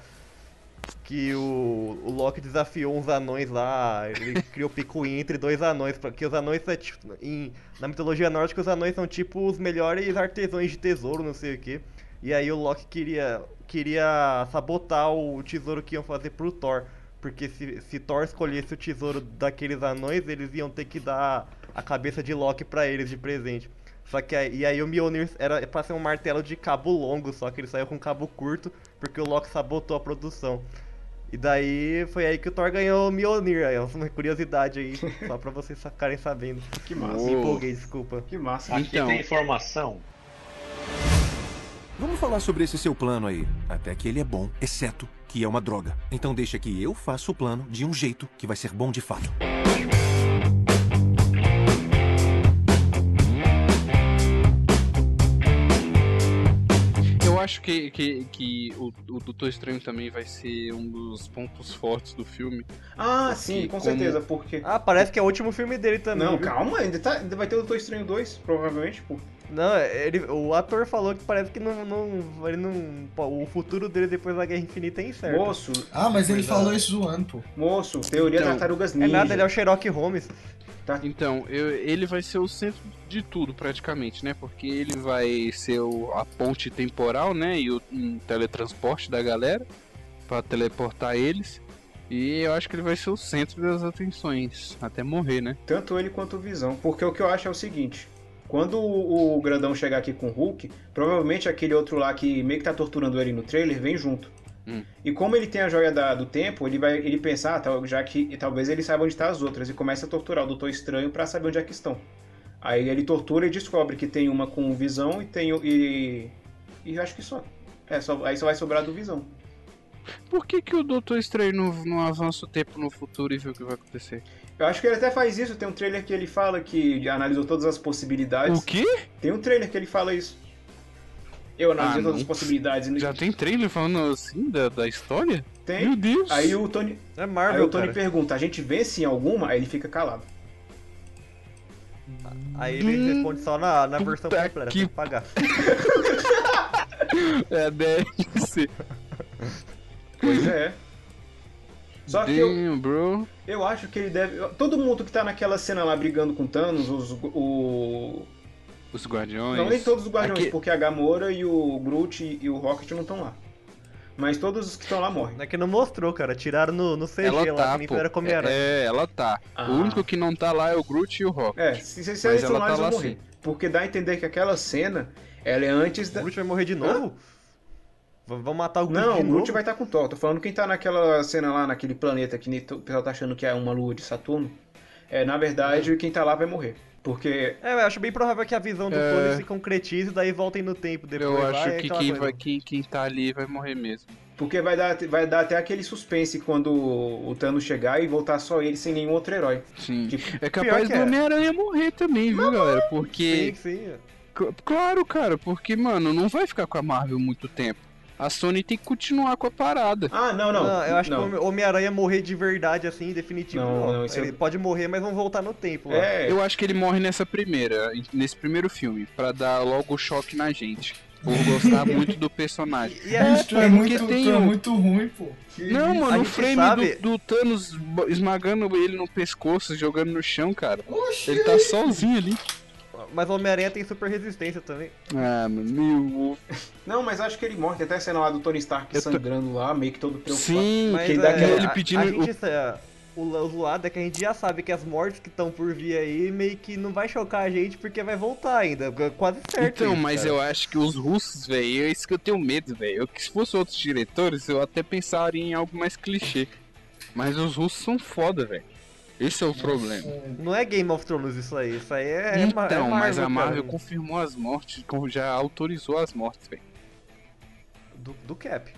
Speaker 8: que o, o Loki desafiou uns anões lá, ele criou picuinha entre dois anões, porque os anões é tipo, em- na mitologia nórdica os anões são tipo os melhores artesãos de tesouro, não sei o que. E aí o Loki queria queria sabotar o tesouro que iam fazer pro Thor, porque se, se Thor escolhesse o tesouro daqueles anões, eles iam ter que dar a cabeça de Loki pra eles de presente. Só que aí, e aí o Mjolnir era pra ser um martelo de cabo longo, só que ele saiu com cabo curto, porque o Loki sabotou a produção. E daí foi aí que o Thor ganhou o Mjolnir, aí é uma curiosidade aí, só pra vocês ficarem sabendo.
Speaker 6: Que massa.
Speaker 8: Me empolguei, desculpa.
Speaker 6: Que massa.
Speaker 9: Aqui
Speaker 7: Então.
Speaker 9: tem informação.
Speaker 11: Vamos falar sobre esse seu plano aí. Até que ele é bom, exceto que é uma droga. Então deixa que eu faça o plano de um jeito que vai ser bom de fato.
Speaker 7: acho que, que, que o, o Doutor Estranho também vai ser um dos pontos fortes do filme.
Speaker 6: Ah, sim, com certeza, porque... Ah,
Speaker 8: Ah, parece que é o último filme dele também.
Speaker 6: Não,
Speaker 8: viu?
Speaker 6: calma, ainda, tá- ainda vai ter o Doutor Estranho 2, provavelmente, pô.
Speaker 8: Não, ele, o ator falou que parece que não, não, ele não. pô, O futuro dele depois da Guerra Infinita é incerto.
Speaker 6: Moço.
Speaker 10: Ah, mas ele
Speaker 8: Pois é.
Speaker 10: falou isso zoando, pô.
Speaker 6: Moço, teoria
Speaker 7: Então,
Speaker 6: Tartarugas
Speaker 7: é
Speaker 6: Ninja.
Speaker 7: nada, ele é o
Speaker 8: Sherlock Holmes.
Speaker 7: Então, eu- ele vai ser o centro de tudo, praticamente, né? Porque ele vai ser o- a ponte temporal, né? E o um teletransporte da galera pra teleportar eles. E eu acho que ele vai ser o centro das atenções, até morrer, né?
Speaker 6: Tanto ele quanto o Visão. Porque o que eu acho é o seguinte: quando o, o grandão chegar aqui com o Hulk, provavelmente aquele outro lá que meio que tá torturando ele no trailer vem junto.
Speaker 7: Hum.
Speaker 6: E como ele tem a joia da- do tempo, ele vai ele pensar, ah, tal- já que e talvez ele saiba onde tá as outras, e começa a torturar o Doutor Estranho pra saber onde é que estão. Aí ele tortura e descobre que tem uma com o visão e tem. o- E, e eu acho que só. É, só. Aí só vai sobrar do visão.
Speaker 7: Por que, que o Doutor Estranho não, não avança o tempo no futuro e vê o que vai acontecer?
Speaker 6: Eu acho que ele até faz isso, tem um trailer que ele fala que analisou todas as possibilidades.
Speaker 7: O quê?
Speaker 6: Tem um trailer que ele fala isso. Eu analisei
Speaker 7: Ah,
Speaker 6: todas
Speaker 7: não.
Speaker 6: as possibilidades. né?
Speaker 7: Já tem trailer falando assim da, da história?
Speaker 6: Tem.
Speaker 7: Meu Deus!
Speaker 6: Aí o Tony.
Speaker 8: É
Speaker 6: Aí
Speaker 8: Marvel,
Speaker 6: o Tony
Speaker 8: cara.
Speaker 6: pergunta, a gente vence em alguma? Aí ele fica calado.
Speaker 8: Aí ele responde só na, na versão
Speaker 6: Puta
Speaker 8: completa,
Speaker 6: que-
Speaker 8: tem que pagar.
Speaker 7: É, deve ser.
Speaker 6: Pois é. Só que eu,
Speaker 7: Damn, bro.
Speaker 6: eu acho que ele deve. Todo mundo que tá naquela cena lá brigando com Thanos, os. O...
Speaker 7: Os Guardiões.
Speaker 6: Não nem todos os Guardiões,
Speaker 7: Aque-
Speaker 6: porque a Gamora e o Groot e o Rocket não estão lá. Mas todos os que estão lá morrem.
Speaker 8: É que não mostrou, cara. Tiraram no, no CG
Speaker 7: Ela
Speaker 8: lá,
Speaker 7: tá,
Speaker 8: que nem
Speaker 7: pô.
Speaker 8: fizeram com Homem-Aranha.
Speaker 7: É, é, ela tá. O único que não tá lá é o Groot e o Rocket.
Speaker 6: É, se se- se
Speaker 7: Mas
Speaker 6: eles estão
Speaker 7: ela
Speaker 6: lá,
Speaker 7: tá
Speaker 6: eles vão
Speaker 7: lá
Speaker 6: morrer.
Speaker 7: sim.
Speaker 6: Porque dá a entender que aquela cena, ela é antes da. O
Speaker 8: Groot vai morrer de novo? V- Vão matar o Groot
Speaker 6: Não,
Speaker 8: de
Speaker 6: o Groot
Speaker 8: novo?
Speaker 6: vai estar com Thor. Tô falando quem tá naquela cena lá, naquele planeta que nem t- o pessoal tá achando que é uma lua de Saturno. É, na verdade, quem tá lá vai morrer. Porque.
Speaker 8: É, eu acho bem provável que a visão do
Speaker 7: É.
Speaker 8: Tony se concretize e daí voltem no tempo depois.
Speaker 7: Eu
Speaker 8: vai,
Speaker 7: acho
Speaker 8: é
Speaker 7: que
Speaker 8: aquela
Speaker 7: quem,
Speaker 8: coisa.
Speaker 7: vai, quem, quem tá ali vai morrer mesmo.
Speaker 6: Porque vai dar, vai dar até aquele suspense quando o Thanos chegar e voltar só ele sem nenhum outro herói.
Speaker 7: Sim. É
Speaker 6: Pior
Speaker 7: capaz
Speaker 6: que
Speaker 7: do
Speaker 6: é.
Speaker 7: Homem-Aranha morrer também, viu, galera? Porque.
Speaker 8: Sim, sim.
Speaker 7: C- Claro, cara, porque, mano, não vai ficar com a Marvel muito tempo. A Sony tem que continuar com a parada.
Speaker 6: Ah, não,
Speaker 8: eu acho que o Home- Homem-Aranha morrer de verdade, assim, definitivo.
Speaker 7: Não,
Speaker 8: Não,
Speaker 7: não, isso
Speaker 8: ele
Speaker 7: é-
Speaker 8: pode morrer, mas vão voltar no tempo. lá.
Speaker 6: É.
Speaker 7: Eu acho que ele morre nessa primeira, nesse primeiro filme, pra dar logo o choque na gente. Por gostar muito do personagem.
Speaker 10: Bicho, tu, é
Speaker 7: porque
Speaker 10: muito,
Speaker 7: tem
Speaker 10: tu é
Speaker 7: o-
Speaker 10: muito ruim, pô. Que
Speaker 7: Não,
Speaker 10: isso?
Speaker 7: mano, o frame do, do Thanos bo- esmagando ele no pescoço, jogando no chão, cara.
Speaker 10: Oxi.
Speaker 7: Ele
Speaker 8: é.
Speaker 7: tá sozinho ali.
Speaker 8: Mas o Homem-Aranha tem super resistência também.
Speaker 7: Ah, mano, meu.
Speaker 6: Não, mas acho que ele morre. Tem até a cena lá do Tony Stark sangrando lá, meio que todo preocupado.
Speaker 7: Sim,
Speaker 6: que
Speaker 8: Então, Mas
Speaker 6: ele dá
Speaker 8: é,
Speaker 6: aquela-
Speaker 8: a- A gente, é, o, la- o lado é que a gente já sabe que as mortes que estão por vir aí meio que não vai chocar a gente porque vai voltar ainda. é Quase certo.
Speaker 7: Então,
Speaker 8: isso,
Speaker 7: mas
Speaker 8: cara.
Speaker 7: eu acho que os russos, velho, é isso que eu tenho medo, velho. Eu- que Se fosse outros diretores, eu até pensaria em algo mais clichê. Mas os russos são foda, velho. Esse é o problema.
Speaker 8: Não é Game of Thrones isso aí. Isso aí é. é ma- é
Speaker 7: então, mas a
Speaker 8: cara.
Speaker 7: Marvel confirmou as mortes, com- já autorizou as mortes, velho.
Speaker 8: Do, do Cap.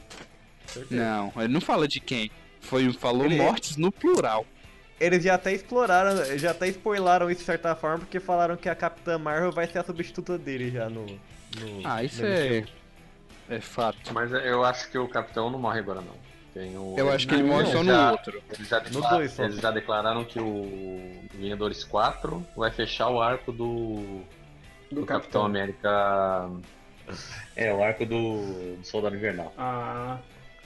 Speaker 8: Certeza.
Speaker 7: Não, ele não fala de quem. Foi, falou
Speaker 6: é-
Speaker 8: Ele-
Speaker 7: mortes no plural.
Speaker 8: Eles já até exploraram, já até spoilaram isso de certa forma, porque falaram que a Capitã Marvel vai ser a substituta dele já no. no-
Speaker 7: Ah, isso
Speaker 8: no
Speaker 7: é. É fato.
Speaker 9: Mas eu acho que o Capitão não morre agora, não. Tem o...
Speaker 6: é
Speaker 7: Eu acho que ele
Speaker 9: Não,
Speaker 7: morre
Speaker 9: eles
Speaker 7: só no
Speaker 9: já-
Speaker 7: outro.
Speaker 9: Eles já,
Speaker 7: No
Speaker 9: declara-
Speaker 7: dois só.
Speaker 9: eles já declararam que o Vingadores 4 vai fechar o arco do, do, Capitão América. É, o arco do, do Soldado Invernal.
Speaker 6: Ah.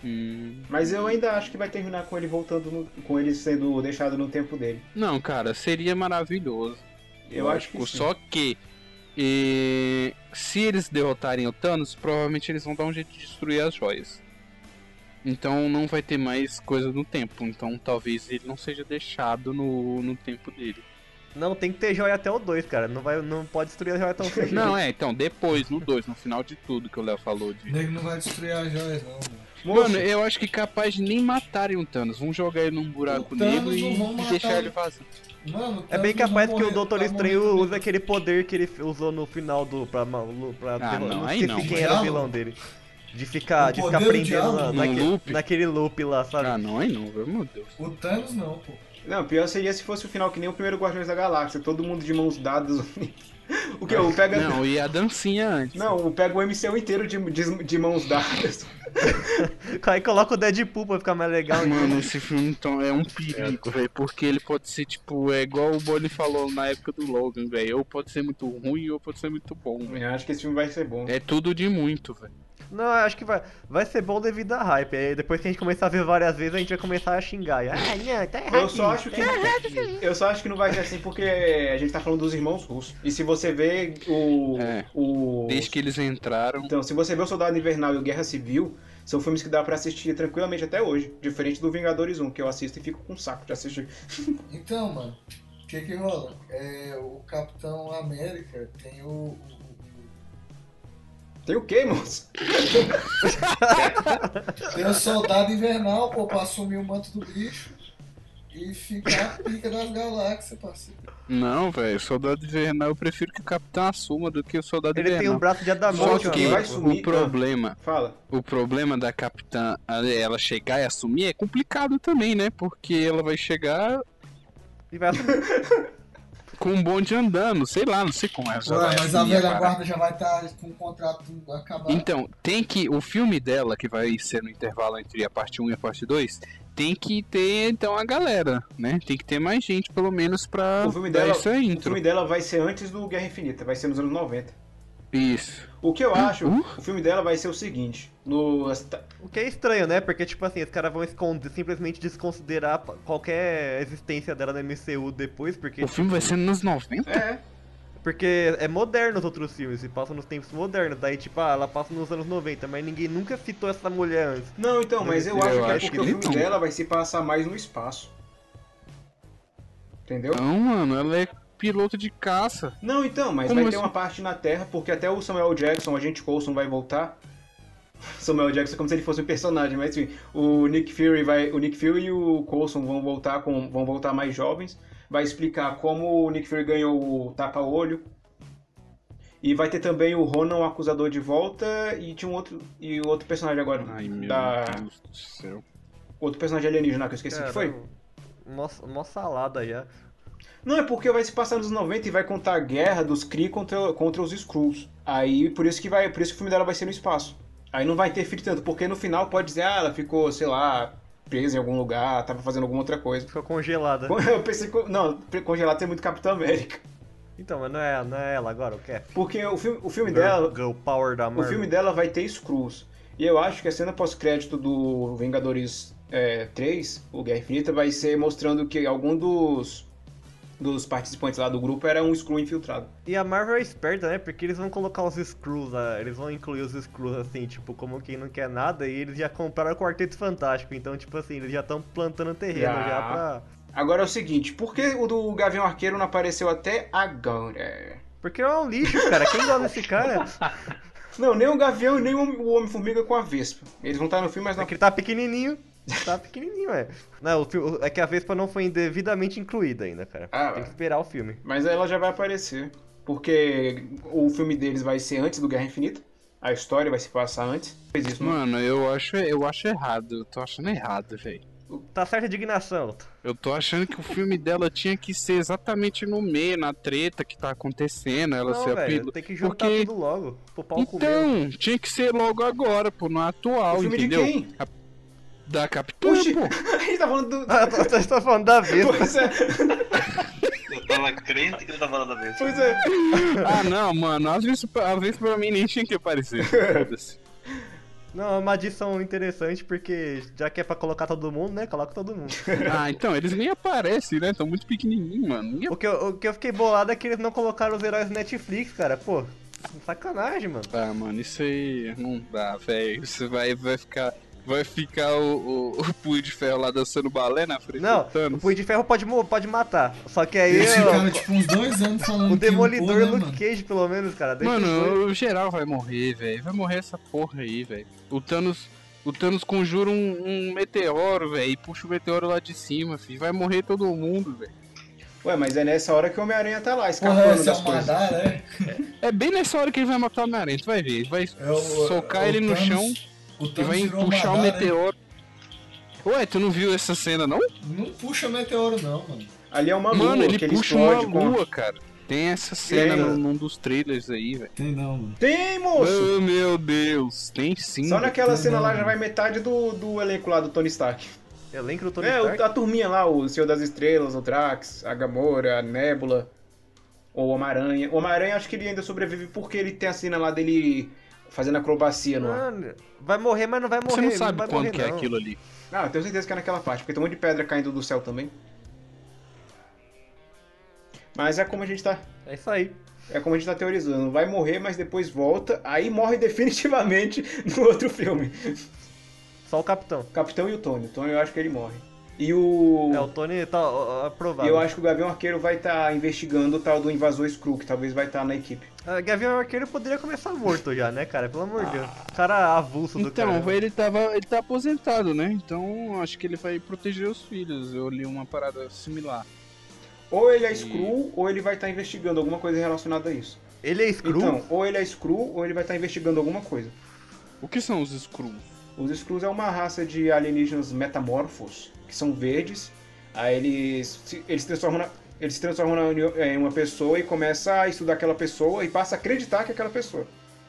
Speaker 7: Hum.
Speaker 6: Mas eu ainda acho que vai terminar com ele voltando, no- com ele sendo deixado no tempo dele.
Speaker 7: Não, cara, seria maravilhoso.
Speaker 6: Eu acho que
Speaker 7: Lógico,
Speaker 6: sim.
Speaker 7: Só que. eh, se eles derrotarem o Thanos, provavelmente eles vão dar um jeito de destruir as joias. Então não vai ter mais coisa no tempo. Então talvez ele não seja deixado no, no tempo dele.
Speaker 8: Não, tem que ter joia até o 2, cara. Não, vai, não pode destruir a joia tão
Speaker 6: Uhum.
Speaker 8: cedo.
Speaker 7: Não, é, então, depois, no 2, no final de tudo que o Léo falou de.
Speaker 10: O nego não vai destruir as joias, não, mano.
Speaker 7: Mano, eu acho que é capaz de nem matarem o Thanos. Vão jogar ele num buraco
Speaker 10: O Thanos
Speaker 7: negro
Speaker 10: não
Speaker 7: e
Speaker 10: vão matar
Speaker 7: deixar
Speaker 10: ele.
Speaker 7: ele vazio.
Speaker 10: Mano,
Speaker 8: É
Speaker 10: Thanos
Speaker 8: bem
Speaker 10: tá
Speaker 8: capaz
Speaker 10: vai
Speaker 8: que o
Speaker 10: morrer-
Speaker 8: Doutor
Speaker 10: vai
Speaker 8: Estranho
Speaker 10: morrer
Speaker 8: use aquele poder que ele f- usou no final do. pra. ma- lu- pra
Speaker 7: Ah,
Speaker 8: derro-
Speaker 7: não,
Speaker 8: não
Speaker 7: aí
Speaker 8: esqueci
Speaker 7: não,
Speaker 8: quem
Speaker 7: mano.
Speaker 8: era o vilão dele. De ficar,
Speaker 10: O
Speaker 8: de ficar
Speaker 10: poder do
Speaker 8: prendendo
Speaker 10: diabo,
Speaker 8: na,
Speaker 10: mano.
Speaker 8: naquele,
Speaker 10: Num
Speaker 7: loop?
Speaker 8: naquele loop lá, sabe?
Speaker 7: Ah, não, aí não, meu Deus.
Speaker 10: também. O Thanos não, pô.
Speaker 6: Não, pior seria se fosse o final que nem o primeiro Guardiões da Galáxia, todo mundo de mãos dadas. unidos. O que? O pega...
Speaker 7: Não, e a dancinha antes.
Speaker 6: Não, pega o MCU inteiro de, de, de mãos dadas.
Speaker 8: Aí coloca o Deadpool pra ficar mais legal.
Speaker 7: Mano, esse filme então, é um perigo, velho. Porque ele pode ser, tipo, é igual o Bonnie falou na época do Logan, velho. Ou pode ser muito ruim, ou pode ser muito bom.
Speaker 6: Eu acho que esse filme vai ser bom.
Speaker 7: É tudo de muito, velho.
Speaker 8: Não, eu acho que vai, vai ser bom devido à hype. Aí depois que a gente começar a ver várias vezes, a gente vai começar a xingar. E, ah, não, tá errado.
Speaker 6: Eu só acho
Speaker 8: tá
Speaker 6: que. é
Speaker 8: errado isso aí."
Speaker 6: Eu só acho que não vai ser assim porque a gente tá falando dos irmãos russos. E se você vê o.
Speaker 7: É.
Speaker 6: o...
Speaker 7: Desde que eles entraram.
Speaker 6: Então, se você vê o Soldado Invernal e o Guerra Civil, são filmes que dá pra assistir tranquilamente até hoje. Diferente do Vingadores 1, que eu assisto e fico com um saco de assistir.
Speaker 10: Então, mano, o que que rola? É, o Capitão América tem o.
Speaker 6: Tem o quê, moço?
Speaker 10: Tem o soldado invernal, pô, pra assumir o manto do bicho e ficar a pica das galáxias, parceiro.
Speaker 7: Não, velho, Soldado Invernal eu prefiro que o Capitão assuma do que o Soldado
Speaker 8: Ele tem
Speaker 7: Invernal.
Speaker 8: um braço de né?
Speaker 7: Só
Speaker 8: adamante,
Speaker 7: que
Speaker 8: mano.
Speaker 6: vai sumir,
Speaker 7: o problema,
Speaker 6: Fala.
Speaker 7: o problema da Capitã eh, ela chegar e assumir é complicado também, né? Porque ela vai chegar
Speaker 8: E vai assumir.
Speaker 7: com um bonde andando, sei lá, não sei como é. ela
Speaker 10: Ué,
Speaker 7: vai
Speaker 10: mas a
Speaker 7: assumir a
Speaker 10: velha
Speaker 7: parada.
Speaker 10: guarda já vai estar com o contrato acabado.
Speaker 7: Então, tem que. O filme dela, que vai ser no intervalo entre a parte 1 e a parte 2, tem que ter, então, a galera, né? Tem que ter mais gente, pelo menos, pra
Speaker 6: O filme,
Speaker 7: dar
Speaker 6: dela,
Speaker 7: essa
Speaker 6: o
Speaker 7: intro.
Speaker 6: filme dela vai ser antes do Guerra Infinita, vai ser nos anos 90.
Speaker 7: Isso.
Speaker 6: O que eu acho,
Speaker 7: Uh.
Speaker 6: o filme dela vai ser o seguinte: no,
Speaker 8: O que é estranho, né? Porque, tipo assim, os caras vão esconder, simplesmente desconsiderar pa- qualquer existência dela na MCU depois, porque,
Speaker 7: O filme vai ser nos 90?
Speaker 6: É.
Speaker 8: porque é moderno os outros filmes, e passam nos tempos modernos. Daí, tipo, ah, ela passa nos anos 90, mas ninguém nunca citou essa mulher antes.
Speaker 6: Não, então, mas eu,
Speaker 8: Eu
Speaker 6: acho que é
Speaker 7: acho
Speaker 6: porque
Speaker 7: que
Speaker 6: o filme
Speaker 7: não.
Speaker 6: dela vai se passar mais no espaço. Entendeu?
Speaker 7: Não, mano, ela é piloto de caça.
Speaker 6: Não, então, mas
Speaker 7: Como
Speaker 6: vai ter
Speaker 7: assim?
Speaker 6: uma parte na Terra, porque até o Samuel Jackson, o agente Coulson, vai voltar. Samuel Jackson é como se ele fosse um personagem, mas enfim, o Nick Fury vai, o Nick Fury e o Coulson vão voltar com, vão voltar mais jovens. Vai explicar como o Nick Fury ganhou o tapa-olho. E vai ter também o Ronan, o acusador de volta, e tinha um outro e o outro personagem agora
Speaker 7: Ai, meu
Speaker 6: da
Speaker 7: Deus do céu.
Speaker 6: outro personagem alienígena que eu esqueci que foi.
Speaker 8: Nossa, nossa salada já.
Speaker 6: Não, é porque vai se passar nos 90 e vai contar a guerra dos Kree contra, contra os Skrulls. Aí por isso que vai, por isso que o filme dela vai ser no espaço. Aí não vai interferir tanto, porque no final pode dizer, ah, ela ficou, sei lá, presa em algum lugar, tava fazendo alguma outra coisa.
Speaker 8: Ficou congelada.
Speaker 6: Eu pensei que. Não, congelado tem muito Capitão América.
Speaker 8: Então, mas não é, não é ela agora, o que é?
Speaker 6: Porque o filme, o filme
Speaker 8: Girl-
Speaker 6: dela.
Speaker 8: Girl Power da
Speaker 6: O
Speaker 8: Marvel.
Speaker 6: filme dela vai ter Skrulls. E eu acho que a cena pós-crédito do Vingadores é, 3, o Guerra Infinita, vai ser mostrando que algum dos, dos participantes lá do grupo era um Skrull infiltrado.
Speaker 8: E a Marvel é esperta, né? Porque eles vão colocar os Screws, né? eles vão incluir os Screws, assim, tipo, como quem não quer nada, e eles já compraram o Quarteto Fantástico, então, tipo assim, eles já estão plantando terreno
Speaker 6: Já.
Speaker 8: já, pra...
Speaker 6: Agora é o seguinte, por que o do Gavião Arqueiro não apareceu até agora?
Speaker 8: Porque é um lixo, cara, quem gosta desse cara?
Speaker 6: Não, nem o Gavião e nem o Homem-Formiga com a Vespa. Eles vão estar no filme, mas
Speaker 8: É
Speaker 6: não...
Speaker 8: que ele tá pequenininho, tá pequenininho, é. Não, o filme- é que a Vespa não foi devidamente incluída ainda, cara.
Speaker 6: Ah,
Speaker 8: Tem que
Speaker 6: vai.
Speaker 8: esperar o filme.
Speaker 6: Mas ela já vai aparecer. Porque o filme deles vai ser antes do Guerra Infinita. A história vai se passar antes. Fez isso, não?
Speaker 7: Mano, eu acho, eu acho errado. Eu tô achando errado, velho.
Speaker 8: Tá certa a indignação,
Speaker 7: Eu tô achando que o filme dela tinha que ser exatamente no meio, na treta que tá acontecendo, ela
Speaker 8: Não,
Speaker 7: ser a
Speaker 8: velho,
Speaker 7: pilo.
Speaker 8: tem que juntar
Speaker 7: é Porque-
Speaker 8: tudo logo, pro pau comer.
Speaker 7: Então, tinha que ser logo agora, pô, no atual,
Speaker 6: O filme de
Speaker 7: entendeu?
Speaker 6: quem?
Speaker 7: A- Da Capitã,
Speaker 6: Oxi!
Speaker 7: pô.
Speaker 6: A gente tá falando do...
Speaker 8: Ah, tá- tá falando da
Speaker 7: Então-
Speaker 8: Vespa.
Speaker 6: Pois é,
Speaker 9: Eu tava crente que ele tava falando da vez.
Speaker 6: pois é.
Speaker 7: Ah, não, mano, às vezes, às vezes pra mim nem tinha que aparecer. Foda-se.
Speaker 8: Não, é uma adição interessante, porque já que é pra colocar todo mundo, né? Coloca todo mundo.
Speaker 7: ah, então, eles nem aparecem, né? Tão muito pequenininhos, mano. Ninguém-
Speaker 8: o, que eu, o que eu fiquei bolado é que eles não colocaram os heróis Netflix, cara. Pô, sacanagem, mano.
Speaker 7: Ah, mano, isso aí não dá, velho. Isso vai, vai ficar... Vai ficar o, o, o Punho de Ferro lá dançando balé na frente
Speaker 8: Não,
Speaker 7: do Thanos.
Speaker 8: o Punho de Ferro pode, mo- pode matar. Só que aí.
Speaker 10: Eles
Speaker 8: ó,
Speaker 10: ficaram tipo uns dois anos falando
Speaker 8: o
Speaker 10: que
Speaker 8: Demolidor e
Speaker 10: não
Speaker 8: o
Speaker 10: pôde, né,
Speaker 8: Luke Cage, pelo menos, cara. deixa os dois.
Speaker 7: Mano, o geral vai morrer, velho. Vai morrer essa porra aí, velho. O Thanos, o Thanos conjura um, um meteoro, velho, e puxa o meteoro lá de cima, filho. Vai morrer todo mundo, velho.
Speaker 6: Ué, mas é nessa hora que o Homem-Aranha tá lá,
Speaker 10: Porra,
Speaker 6: escapando
Speaker 10: essa é
Speaker 6: das
Speaker 10: o
Speaker 6: coisas.
Speaker 10: Madara, é?
Speaker 7: É bem nessa hora que ele vai matar o Homem-Aranha. Tu vai ver. Ele vai
Speaker 10: É o-
Speaker 7: socar
Speaker 10: é o
Speaker 7: ele no
Speaker 10: Thanos-
Speaker 7: chão
Speaker 10: o
Speaker 7: e
Speaker 10: Thanos
Speaker 7: vai
Speaker 10: virou
Speaker 7: puxar o
Speaker 10: Madara, né?
Speaker 7: meteoro. Ué, tu não viu essa cena, não?
Speaker 10: Não puxa meteoro, não, mano.
Speaker 6: Ali é uma
Speaker 7: Mano,
Speaker 6: lua
Speaker 7: ele
Speaker 6: que ele
Speaker 7: puxa
Speaker 6: explode
Speaker 7: uma
Speaker 6: com...
Speaker 7: lua, cara. Tem essa cena num, num dos trailers aí, velho.
Speaker 10: Tem não, mano.
Speaker 6: Tem, moço!
Speaker 7: Oh, meu Deus, tem sim.
Speaker 6: Só
Speaker 7: velho.
Speaker 6: naquela cena lá já vai metade do, do elenco lá do Tony Stark.
Speaker 8: Elenco do Tony
Speaker 6: É,
Speaker 8: Stark?
Speaker 6: o- a turminha lá, o Senhor das Estrelas, o Drax, a Gamora, a Nebula, ou o Homem-Aranha. O Homem-Aranha acho que ele ainda sobrevive porque ele tem a cena lá dele fazendo acrobacia no
Speaker 10: Ah.
Speaker 6: ar.
Speaker 8: Mano, vai morrer, mas não vai morrer.
Speaker 7: Você não sabe
Speaker 8: vai
Speaker 7: quando
Speaker 8: morrer,
Speaker 7: que é
Speaker 8: não.
Speaker 7: aquilo ali.
Speaker 6: Ah, eu tenho certeza que é naquela parte, porque tem um monte de pedra caindo do céu também. Mas é como a gente tá.
Speaker 8: É isso aí.
Speaker 6: É como a gente tá teorizando. Vai morrer, mas depois volta, aí morre definitivamente no outro filme.
Speaker 8: Só o Capitão.
Speaker 6: Capitão e o Tony. O Tony eu acho que ele morre. E o.
Speaker 8: É, o Tony tá ó, ó,
Speaker 6: E
Speaker 8: aprovado.
Speaker 6: eu acho que o Gavião Arqueiro vai estar investigando o tal do invasor Skrull, que talvez vai estar na equipe.
Speaker 8: Ah, Gavião Arqueiro poderia começar morto já, né, cara? Pelo amor de Deus. O cara avulso do
Speaker 7: Ah. Então,
Speaker 8: cara.
Speaker 7: ele tava. Ele tá aposentado, né? Então acho que ele vai proteger os filhos. Eu li uma parada similar.
Speaker 6: Ou ele é Skrull, ou ele vai estar investigando alguma coisa relacionada a isso.
Speaker 8: Ele é Skrull?
Speaker 6: Então, ou ele é Skrull, ou ele vai estar investigando alguma coisa.
Speaker 7: O que são os Skrulls?
Speaker 6: Os Skrulls é uma raça de alienígenas metamorfos, que são verdes. Aí eles se- eles se transformam na- eles se transformam na uni- em uma pessoa e começa a estudar aquela pessoa e passa a acreditar que é aquela pessoa.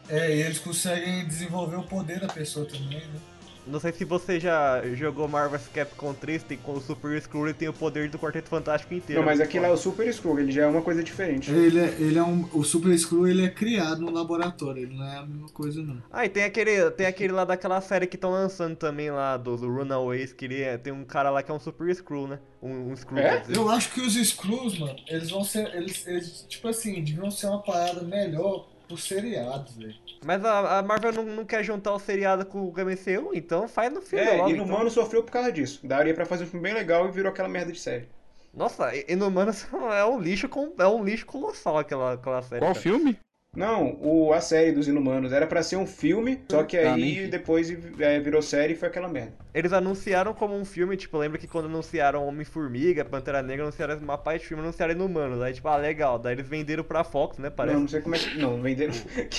Speaker 10: É, e eles conseguem desenvolver o poder da pessoa também, né?
Speaker 8: Não sei se você já jogou Marvel's Capcom 3, tem com o Super Skrull ele tem o poder do Quarteto Fantástico inteiro.
Speaker 6: Não, mas aqui lá é o Super Skrull, ele já é uma coisa diferente.
Speaker 10: Ele é, ele é um, o Super Screw ele é criado no laboratório, ele não é a mesma coisa não.
Speaker 8: Ah, e tem aquele, tem aquele lá daquela série que estão lançando também lá do, do Runaways, que ele é- tem um cara lá que é um Super Skrull, né? Um, um Skrull, quer dizer.
Speaker 10: Eu acho que os Screws, mano, eles vão ser. Eles, eles, tipo assim, deviam ser uma parada melhor pro seriado, velho.
Speaker 8: Mas a, a Marvel não, não quer juntar o seriado com o MCU, então faz no filme
Speaker 6: É,
Speaker 8: logo, então.
Speaker 6: Inumano sofreu por causa disso. Daria pra fazer um filme bem legal e virou aquela merda de série.
Speaker 8: Nossa, I- Inumanos é um lixo com, é um lixo colossal aquela, aquela série.
Speaker 7: Qual
Speaker 8: cara.
Speaker 7: filme?
Speaker 6: Não, o, a série dos Inumanos era pra ser um filme, só que
Speaker 8: Ah,
Speaker 6: aí
Speaker 8: nem vi.
Speaker 6: depois é, virou série e foi aquela merda.
Speaker 8: Eles anunciaram como um filme, tipo, lembra que quando anunciaram Homem-Formiga, Pantera Negra, anunciaram uma parte de filme, anunciaram Inumanos. Aí, tipo, ah, legal. Daí eles venderam pra Fox, né? Parece.
Speaker 6: Não, não sei como é que. Não, vender.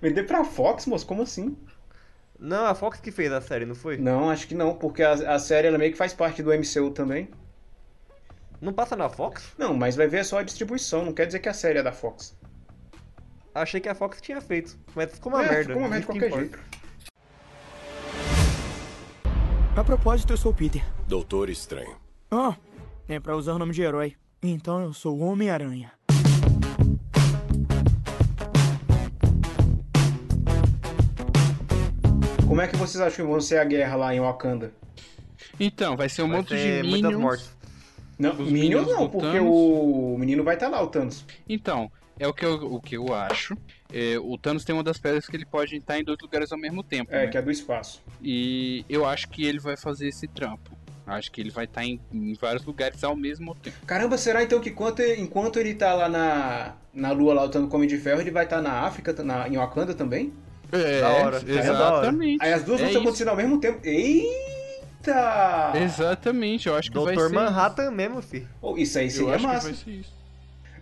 Speaker 6: vender pra Fox, moço? Como assim?
Speaker 8: Não, é a Fox que fez a série, não foi?
Speaker 6: Não, acho que não, porque a, a série ela meio que faz parte do MCU também.
Speaker 8: Não passa na Fox?
Speaker 6: Não, mas vai ver só a distribuição, não quer dizer que a série é da Fox.
Speaker 8: Achei que a Fox tinha feito. Mas ficou uma
Speaker 6: É,
Speaker 8: merda.
Speaker 6: ficou uma merda de
Speaker 8: isso que
Speaker 6: qualquer
Speaker 8: importa.
Speaker 6: jeito.
Speaker 15: A propósito, eu sou o Peter.
Speaker 4: Doutor Estranho.
Speaker 15: Ah, é pra usar o nome de herói. Então eu sou o Homem-Aranha.
Speaker 6: Como é que vocês acham que vão ser a guerra lá em Wakanda?
Speaker 7: Então, vai ser um monte de
Speaker 6: muitas
Speaker 7: Minions.
Speaker 6: mortes. Não,
Speaker 7: Os
Speaker 6: Minions
Speaker 7: Minions
Speaker 6: não,
Speaker 7: do
Speaker 6: porque
Speaker 7: Thanos.
Speaker 6: o menino vai estar lá, o Thanos.
Speaker 7: Então, é o que eu, o que eu acho. É, o Thanos tem uma das pedras que ele pode entrar em dois lugares ao mesmo tempo.
Speaker 6: É,
Speaker 7: né?
Speaker 6: que é do espaço.
Speaker 7: E eu acho que ele vai fazer esse trampo. Acho que ele vai estar em, em vários lugares ao mesmo tempo.
Speaker 6: Caramba, será então que enquanto, enquanto ele tá lá na, na lua lá lutando com o Homem de Ferro, ele vai estar na África, tá na, em Wakanda também?
Speaker 7: É,
Speaker 8: Da hora, exatamente.
Speaker 6: Aí as duas
Speaker 7: É
Speaker 6: vão
Speaker 7: isso.
Speaker 6: estar acontecendo ao mesmo tempo. Eita!
Speaker 7: Exatamente, eu acho que vai
Speaker 8: Doutor
Speaker 7: ser.
Speaker 8: Manhattan mesmo, fi.
Speaker 6: Oh, isso aí
Speaker 7: eu
Speaker 6: seria
Speaker 7: acho que
Speaker 6: massa.
Speaker 7: vai ser isso.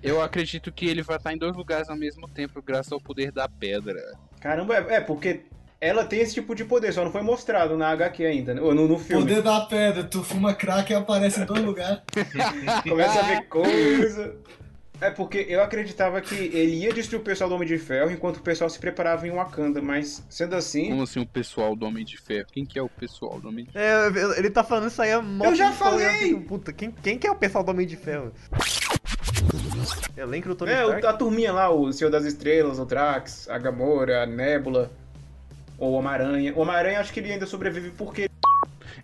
Speaker 7: Eu acredito que ele vai estar em dois lugares ao mesmo tempo, graças ao poder da pedra.
Speaker 6: Caramba, é, é, porque ela tem esse tipo de poder, só não foi mostrado na HQ ainda, né? Ou no, no filme.
Speaker 10: Poder da pedra, tu fuma crack e aparece em dois lugares.
Speaker 6: Começa a ver coisa. É porque eu acreditava que ele ia destruir o pessoal do Homem de Ferro enquanto o pessoal se preparava em Wakanda, mas sendo assim.
Speaker 7: Como assim o pessoal do Homem de Ferro? Quem que é o pessoal do Homem de Ferro?
Speaker 8: É, eu- ele tá falando isso aí há mó
Speaker 6: Eu já
Speaker 8: tempo, falei, eu
Speaker 6: falei!
Speaker 8: fico, Puta, quem, quem que é o pessoal do Homem de Ferro? Elenco do Tony
Speaker 6: É,
Speaker 8: Stark?
Speaker 6: o- a turminha lá, o Senhor das Estrelas, o Drax, a Gamora, a Nebula, ou o Homem-Aranha. O Homem-Aranha acho que ele ainda sobrevive porque.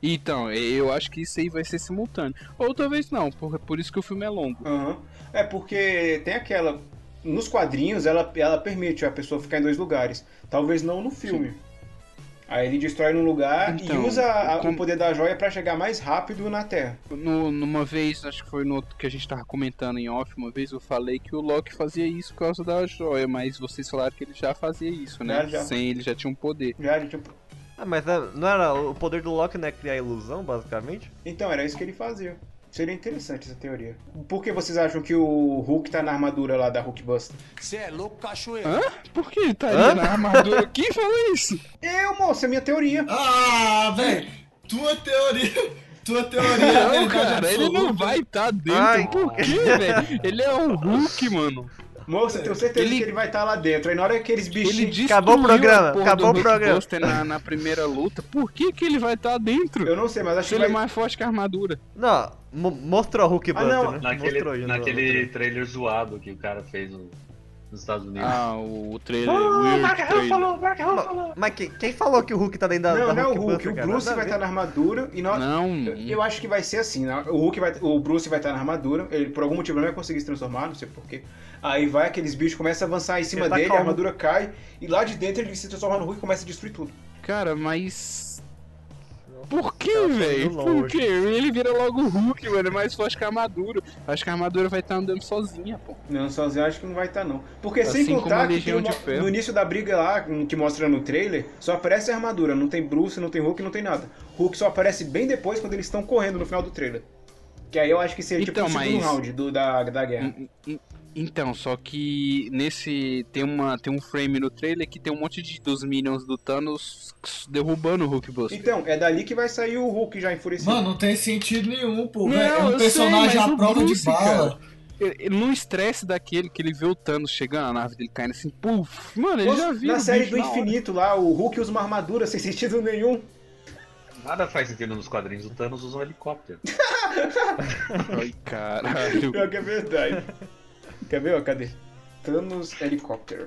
Speaker 7: Então, eu acho que isso aí vai ser simultâneo. Ou talvez não, por, por isso que o filme é longo.
Speaker 6: Aham. É porque tem aquela. Nos quadrinhos ela, ela permite a pessoa ficar em dois lugares. Talvez não no filme. Aí ele destrói num lugar
Speaker 7: Então,
Speaker 6: e usa a-
Speaker 7: como-
Speaker 6: o poder da joia pra chegar mais rápido na Terra.
Speaker 7: No- numa vez, acho que foi no outro que a gente tava comentando em off, uma vez eu falei que o Loki fazia isso por causa da joia, mas vocês falaram que ele já fazia isso, né?
Speaker 8: Já, já.
Speaker 7: Sem ele já tinha um poder.
Speaker 6: Já, tipo, ele tinha...
Speaker 8: Ah, mas é, não era o poder do Loki, né? Criar ilusão, basicamente?
Speaker 6: Então, era isso que ele fazia. Seria interessante essa teoria. Por que vocês acham que o Hulk tá na armadura lá da Hulkbuster?
Speaker 12: Você é louco, cachoeiro.
Speaker 7: Hã? Por que ele estaria
Speaker 6: Hã?
Speaker 7: na armadura? Quem falou isso?
Speaker 6: Eu, moço, é minha teoria.
Speaker 10: Ah, velho! Tua teoria! Tua teoria.
Speaker 7: Não, cara, ele não vai estar dentro.
Speaker 6: Ai.
Speaker 7: Por quê, velho? Ele é um Hulk, mano.
Speaker 6: Moço, eu tenho certeza que ele vai estar lá dentro. Aí na hora que aqueles bichinhos.
Speaker 7: Ele
Speaker 6: Acabou o
Speaker 7: destruiu
Speaker 6: programa,
Speaker 7: a porra
Speaker 6: acabou
Speaker 7: do
Speaker 6: o
Speaker 7: Hulk
Speaker 6: programa.
Speaker 7: Buster Na, na primeira luta, por que que ele vai estar dentro? Eu
Speaker 6: não sei, mas acho que
Speaker 7: Se ele é
Speaker 6: vai-
Speaker 7: mais forte que a armadura.
Speaker 8: Não, mo- mostrou o Hulk
Speaker 7: Ah,
Speaker 8: Buster,
Speaker 7: não,
Speaker 8: né?
Speaker 9: Naquele,
Speaker 8: Mostrou aí no-
Speaker 9: naquele trailer zoado que o cara fez no- nos Estados Unidos.
Speaker 7: Ah, o trailer.
Speaker 6: falou, Mark Hamill falou.
Speaker 8: Mas que- quem falou que o Hulk tá dentro da, da
Speaker 6: Não, não é o Hulk.
Speaker 8: Buster,
Speaker 6: O
Speaker 8: cara?
Speaker 6: Bruce
Speaker 8: Nada a
Speaker 6: vai tá
Speaker 8: ver.
Speaker 6: estar na armadura e nós.
Speaker 7: Não.
Speaker 6: Eu acho que vai ser assim, né? O Hulk vai, o Bruce vai estar na armadura, ele por algum motivo não vai conseguir se transformar, não sei porquê. Aí vai aqueles bichos começam a avançar em cima
Speaker 7: Ele tá
Speaker 6: dele, a
Speaker 7: calmo.
Speaker 6: armadura cai e lá de dentro ele se transforma no Hulk e começa a destruir tudo.
Speaker 7: Cara, mas. Por que, velho? Por que? Ele vira logo o Hulk, mano. É mais forte que a armadura. Acho que a armadura vai estar andando sozinha, pô.
Speaker 6: Não, sozinho acho que não vai estar não. Porque
Speaker 7: Assim
Speaker 6: sem
Speaker 7: como a
Speaker 6: contar que
Speaker 7: Legião
Speaker 6: tem
Speaker 7: de
Speaker 6: uma-
Speaker 7: Ferro.
Speaker 6: no início da briga lá, hum, que mostra no trailer, só aparece a armadura, não tem Bruce, não tem Hulk, não tem nada. Hulk só aparece bem depois quando eles estão correndo no final do trailer. Que aí eu acho que seria
Speaker 7: Então,
Speaker 6: tipo o segundo
Speaker 7: mas- Hum,
Speaker 6: round do, da, da guerra.
Speaker 7: Então, só que nesse. Tem, uma, tem um frame no trailer que tem um monte de dos Minions do Thanos derrubando o Hulk Buster.
Speaker 6: Então, é dali que vai sair o Hulk já enfurecido.
Speaker 10: Mano, não tem sentido nenhum, pô.
Speaker 7: Não,
Speaker 10: é um
Speaker 7: eu
Speaker 10: personagem
Speaker 7: sei, mas
Speaker 10: à
Speaker 7: o
Speaker 10: prova de
Speaker 7: Bruce,
Speaker 10: bala.
Speaker 7: cara, ele- ele- no estresse daquele que ele vê o Thanos chegando, a nave dele caindo assim, puf, mano, ele
Speaker 6: Nossa,
Speaker 7: já viu.
Speaker 6: na
Speaker 7: o
Speaker 6: série
Speaker 7: bicho
Speaker 6: do
Speaker 7: na hora.
Speaker 6: infinito lá, o Hulk usa uma armadura sem sentido nenhum.
Speaker 9: Nada faz sentido nos quadrinhos. O Thanos usa um helicóptero.
Speaker 7: Ai, caralho.
Speaker 6: Pior que é verdade. Quer ver, ó, cadê? Thanos Helicóptero.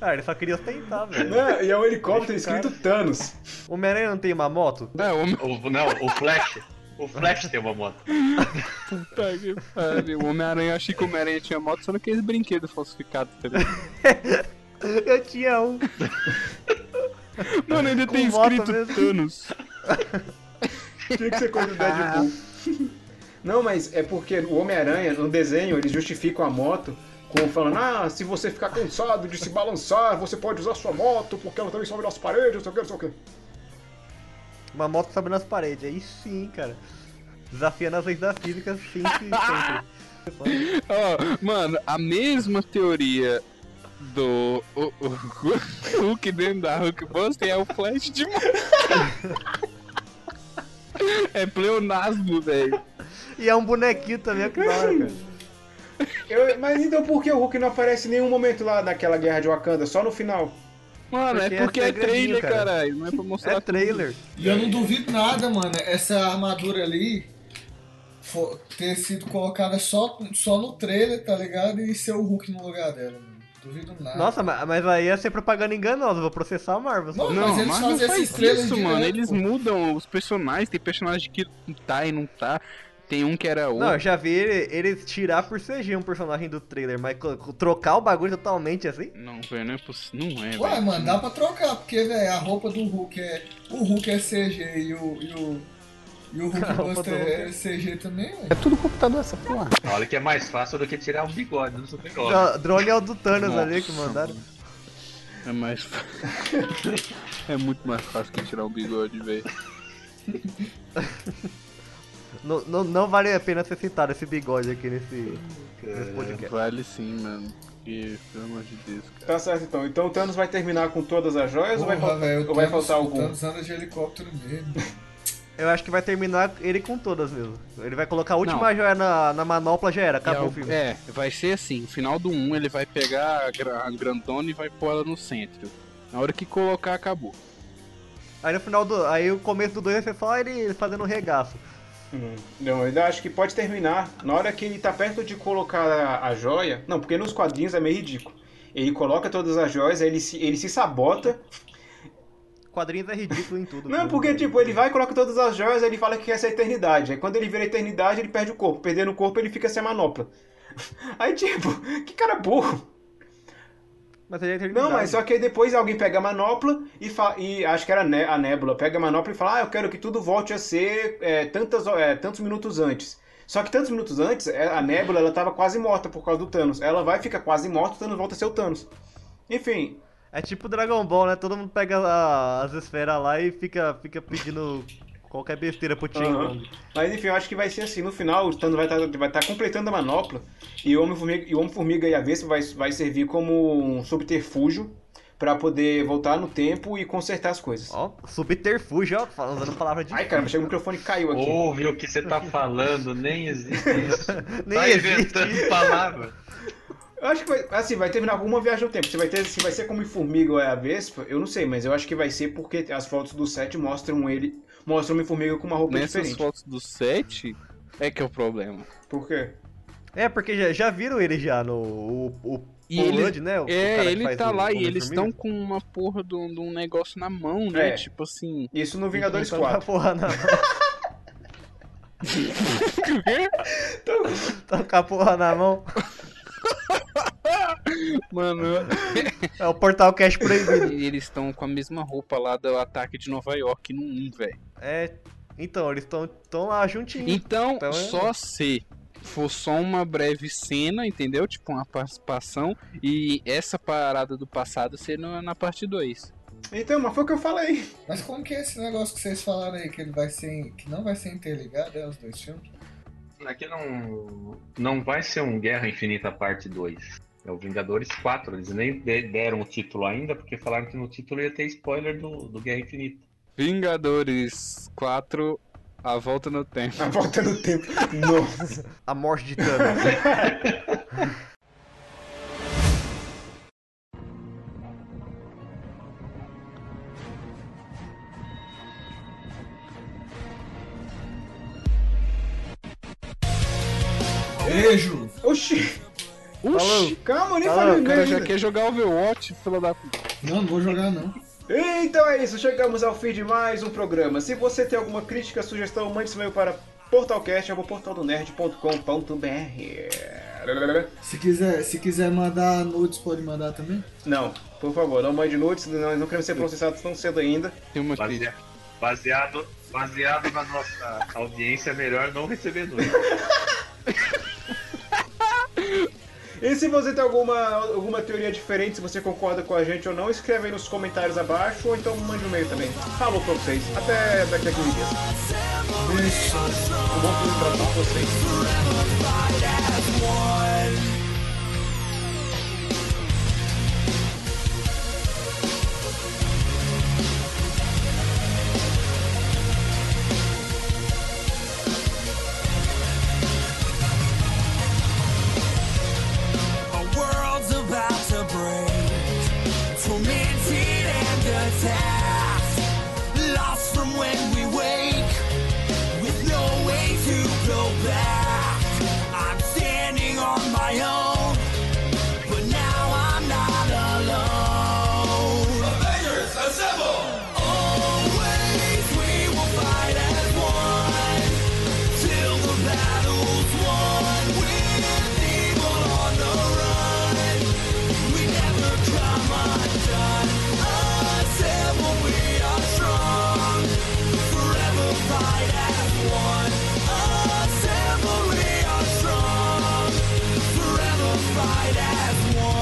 Speaker 8: Ah, ele só queria tentar, velho.
Speaker 6: Não, e é um helicóptero escrito Thanos.
Speaker 8: O Homem-Aranha não tem uma moto?
Speaker 7: Não,
Speaker 9: O, não, o Flash. O Flash tem uma moto.
Speaker 7: Puta que pariu. O Homem-Aranha, eu achei que o Homem-Aranha tinha moto, só não aqueles brinquedos falsificados, tá ligado?
Speaker 8: Eu tinha um.
Speaker 7: Mano, ainda tem escrito Thanos.
Speaker 6: Tinha que ser coisa do Deadpool. Não, mas é porque o Homem-Aranha, no desenho, eles justificam a moto com falando, ah, se você ficar cansado de se balançar, você pode usar sua moto, porque ela também sobe nas paredes, não sei o que, não sei o que.
Speaker 8: Uma moto sobe nas paredes, aí sim, cara. Desafiando as leis da física, sim, sempre.
Speaker 7: Ó, mano, a mesma teoria do o, o- o Hulk dentro da Hulk Buster é o Flash de moto. É pleonasmo, velho.
Speaker 8: E é um bonequinho também, é que da hora, cara.
Speaker 6: Eu- mas então por que o Hulk não aparece em nenhum momento lá naquela guerra de Wakanda, só no final?
Speaker 7: Mano, é porque é trailer, caralho. Não é pra mostrar.
Speaker 8: É trailer.
Speaker 10: E eu não duvido nada, mano. Essa armadura ali fo- ter sido colocada só, só no trailer, tá ligado? E ser o Hulk no lugar dela, mano. Duvido
Speaker 7: Ah.
Speaker 10: nada.
Speaker 8: Nossa, ma- mas aí ia ser propaganda enganosa, vou processar a Marvel.
Speaker 10: Não,
Speaker 7: Não, mas, não faz isso, mano. Eles
Speaker 8: mudam.
Speaker 7: mudam os personagens. Tem personagem que tá e não tá. Tem um que era outro.
Speaker 8: Não, é eu já vi ele- eles tirar por CG um personagem do trailer, mas co- co- trocar o bagulho totalmente assim?
Speaker 7: Não, velho, não é possível. Não é,
Speaker 10: Ué,
Speaker 7: velho.
Speaker 10: mano, dá pra trocar, porque, velho, a roupa do Hulk é. O Hulk é CG e o. E o, e o Hulk
Speaker 8: roupa
Speaker 10: Buster
Speaker 8: do Hulk
Speaker 10: é
Speaker 8: é-
Speaker 10: CG também, velho.
Speaker 7: É tudo computador essa porra.
Speaker 9: Olha que é mais fácil do que tirar um bigode do super
Speaker 8: Dro- Drone é o do Thanos
Speaker 7: Nossa,
Speaker 8: ali que mandaram.
Speaker 7: É mais fácil. é muito mais fácil que tirar um bigode, velho.
Speaker 8: Não, não, não vale a pena ser citado esse bigode aqui nesse, nesse podcast.
Speaker 7: Vale sim, mano. Porque, pelo amor de Deus, cara.
Speaker 6: Tá certo então. Então o Thanos vai terminar com todas as joias ou vai
Speaker 10: Porra,
Speaker 6: faltar,
Speaker 10: velho, o
Speaker 6: ou vai
Speaker 10: Thanos-
Speaker 6: faltar
Speaker 10: O
Speaker 6: algum?
Speaker 10: Thanos anda de helicóptero mesmo.
Speaker 8: Eu acho que vai terminar ele com todas mesmo. Ele vai colocar a última
Speaker 7: Não.
Speaker 8: joia na, na manopla, já era, acabou
Speaker 7: é,
Speaker 8: o filme.
Speaker 7: É, vai ser assim. No final do 1, ele vai pegar a, gra- a grandona e vai pôr ela no centro. Na hora que colocar, acabou.
Speaker 8: Aí no final do. Aí o começo do 2 vai ser só ele fazendo um regaço.
Speaker 6: Hum, Não, eu ainda acho que pode terminar. Na hora que ele tá perto de colocar a, a joia. Não, porque nos quadrinhos é meio ridículo. Ele coloca todas as joias, aí ele se, ele se sabota.
Speaker 8: Quadrinhos é ridículo em tudo.
Speaker 6: Não, porque, tipo, ele vai e coloca todas as joias, aí ele fala que quer essa é eternidade. Aí quando ele vira a eternidade, ele perde o corpo. Perdendo o corpo, ele fica sem a manopla. Aí, tipo, que cara burro.
Speaker 8: Mas aí é
Speaker 6: Não, mas só que aí depois alguém pega a manopla e, fa- e acho que era a né- a Nébula, pega a manopla e fala: Ah, eu quero que tudo volte a ser é, tantas, ho- é, tantos minutos antes. Só que tantos minutos antes, é, a Nébula ela tava quase morta por causa do Thanos. Ela vai ficar quase morta, o Thanos volta a ser o Thanos. Enfim,
Speaker 8: É tipo Dragon Ball, né? Todo mundo pega a- as esferas lá e fica, fica pedindo qualquer besteira pro Ting.
Speaker 6: Aham. Mas enfim, eu acho que vai ser assim. No final, o Thanos vai estar completando a manopla e o Homem-Formiga e, o Homem -Formiga e a Vespa vai, vai servir como um subterfúgio para poder voltar no tempo e consertar as coisas.
Speaker 8: Ó, subterfúgio, ó, falando- usando palavra de.
Speaker 6: Ai, cara, mas o microfone caiu aqui.
Speaker 9: Ouve o que você tá falando, nem existe isso.
Speaker 8: Nem
Speaker 9: tá
Speaker 8: existe.
Speaker 9: inventando palavras.
Speaker 6: Eu acho que vai, assim, vai terminar alguma viagem no tempo. Se vai, ter, se vai ser como em Formiga ou é a Vespa, eu não sei, mas eu acho que vai ser porque as fotos do set mostram ele. Mostram uma formiga com uma roupa
Speaker 7: Nessas
Speaker 6: diferente.
Speaker 7: fotos do set é que é o problema.
Speaker 6: Por quê?
Speaker 8: É, porque já, já viram ele já no. O, o
Speaker 7: E
Speaker 8: Paul
Speaker 7: ele,
Speaker 8: Rudd, né? O- o
Speaker 7: é,
Speaker 8: cara que
Speaker 7: ele
Speaker 8: faz
Speaker 7: tá
Speaker 8: o
Speaker 7: lá e
Speaker 8: Homem-Formiga.
Speaker 7: eles estão com uma porra de um, de um negócio na mão, né?
Speaker 8: É.
Speaker 7: Tipo assim.
Speaker 6: Isso no Vingadores
Speaker 8: Não tá na
Speaker 6: 4.
Speaker 8: porra, não.
Speaker 7: O quê?
Speaker 8: Tá com a porra na mão.
Speaker 7: Mano.
Speaker 8: É o Portal Cash proibido.
Speaker 7: Eles estão com a mesma roupa lá do ataque de Nova York no 1, velho.
Speaker 8: É. Então, eles estão tão lá juntinhos.
Speaker 7: Então,
Speaker 8: Então, é-
Speaker 7: só se for só uma breve cena, entendeu? Tipo, uma participação. E essa parada do passado ser na, na parte 2.
Speaker 6: Então, mas foi o que eu falei.
Speaker 10: Mas como que é esse negócio que vocês falaram aí que ele vai ser. em- que não vai ser interligado, é, os dois filmes?
Speaker 9: Aqui não, não vai ser um Guerra Infinita parte 2. É o Vingadores 4. Eles nem de- deram o título ainda, porque falaram que no título ia ter spoiler do, do Guerra Infinita.
Speaker 7: Vingadores 4, a volta no tempo.
Speaker 6: A volta no tempo. Nossa.
Speaker 8: A morte de Thanos.
Speaker 10: Beijo!
Speaker 6: Oxi!
Speaker 7: Oxi!
Speaker 6: Calma, eu nem
Speaker 7: Ah,
Speaker 6: falei
Speaker 7: o cara
Speaker 6: nada.
Speaker 7: já quer jogar Overwatch, filho da
Speaker 10: Não, não vou jogar não.
Speaker 6: Então é isso, chegamos ao fim de mais um programa. Se você tem alguma crítica, sugestão, mande seu e-mail para portalcast.portaldonerd.com.br
Speaker 10: Se quiser, se quiser mandar nudes, pode mandar também?
Speaker 6: Não, por favor, não mande nudes, nós não queremos ser processados tão cedo ainda.
Speaker 7: Tem uma
Speaker 9: Basea- Baseado, baseado na nossa audiência, é melhor não receber dois.
Speaker 6: E se você tem alguma, alguma teoria diferente, se você concorda com a gente ou não, escreve aí nos comentários abaixo ou então mande um e-mail também. Falou pra vocês, até daqui a 15 dias. Um bom filme pra todos vocês.
Speaker 16: Our world's about to break, tormented and attacked, lost from when we wake, with no way to go back. I'm standing on my own, but now I'm not alone. Avengers, assemble! Always we will fight as one, till the battle's won. With evil on the run, we never come undone. Assemble, we are strong, forever fight as one. Assemble, we are strong, forever fight as one.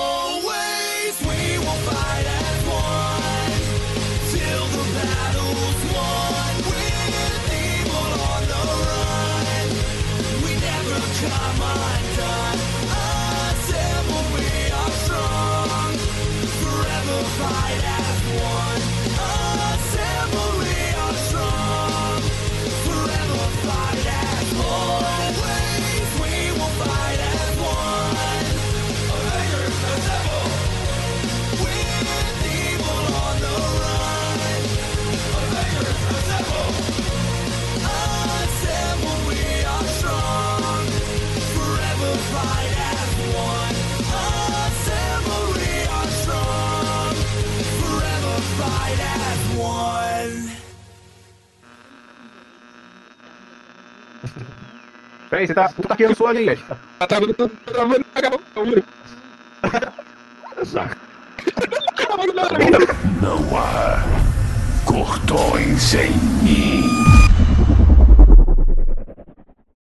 Speaker 16: Always we will fight as one till the battle's won. With evil on the run, we never come undone. Assemble, we are strong. Forever fight as one. Assemble, we are strong. Forever fight as one. Always we will fight as one. Avengers assemble! With evil on the run! Avengers assemble! Assemble, we are strong! Forever fight as one! Assemble, we are strong! Forever fight as one!
Speaker 6: Peraí, você tá, tu tá queimando sua linha.
Speaker 7: Tá travando a capa
Speaker 13: Não há cortões em mim.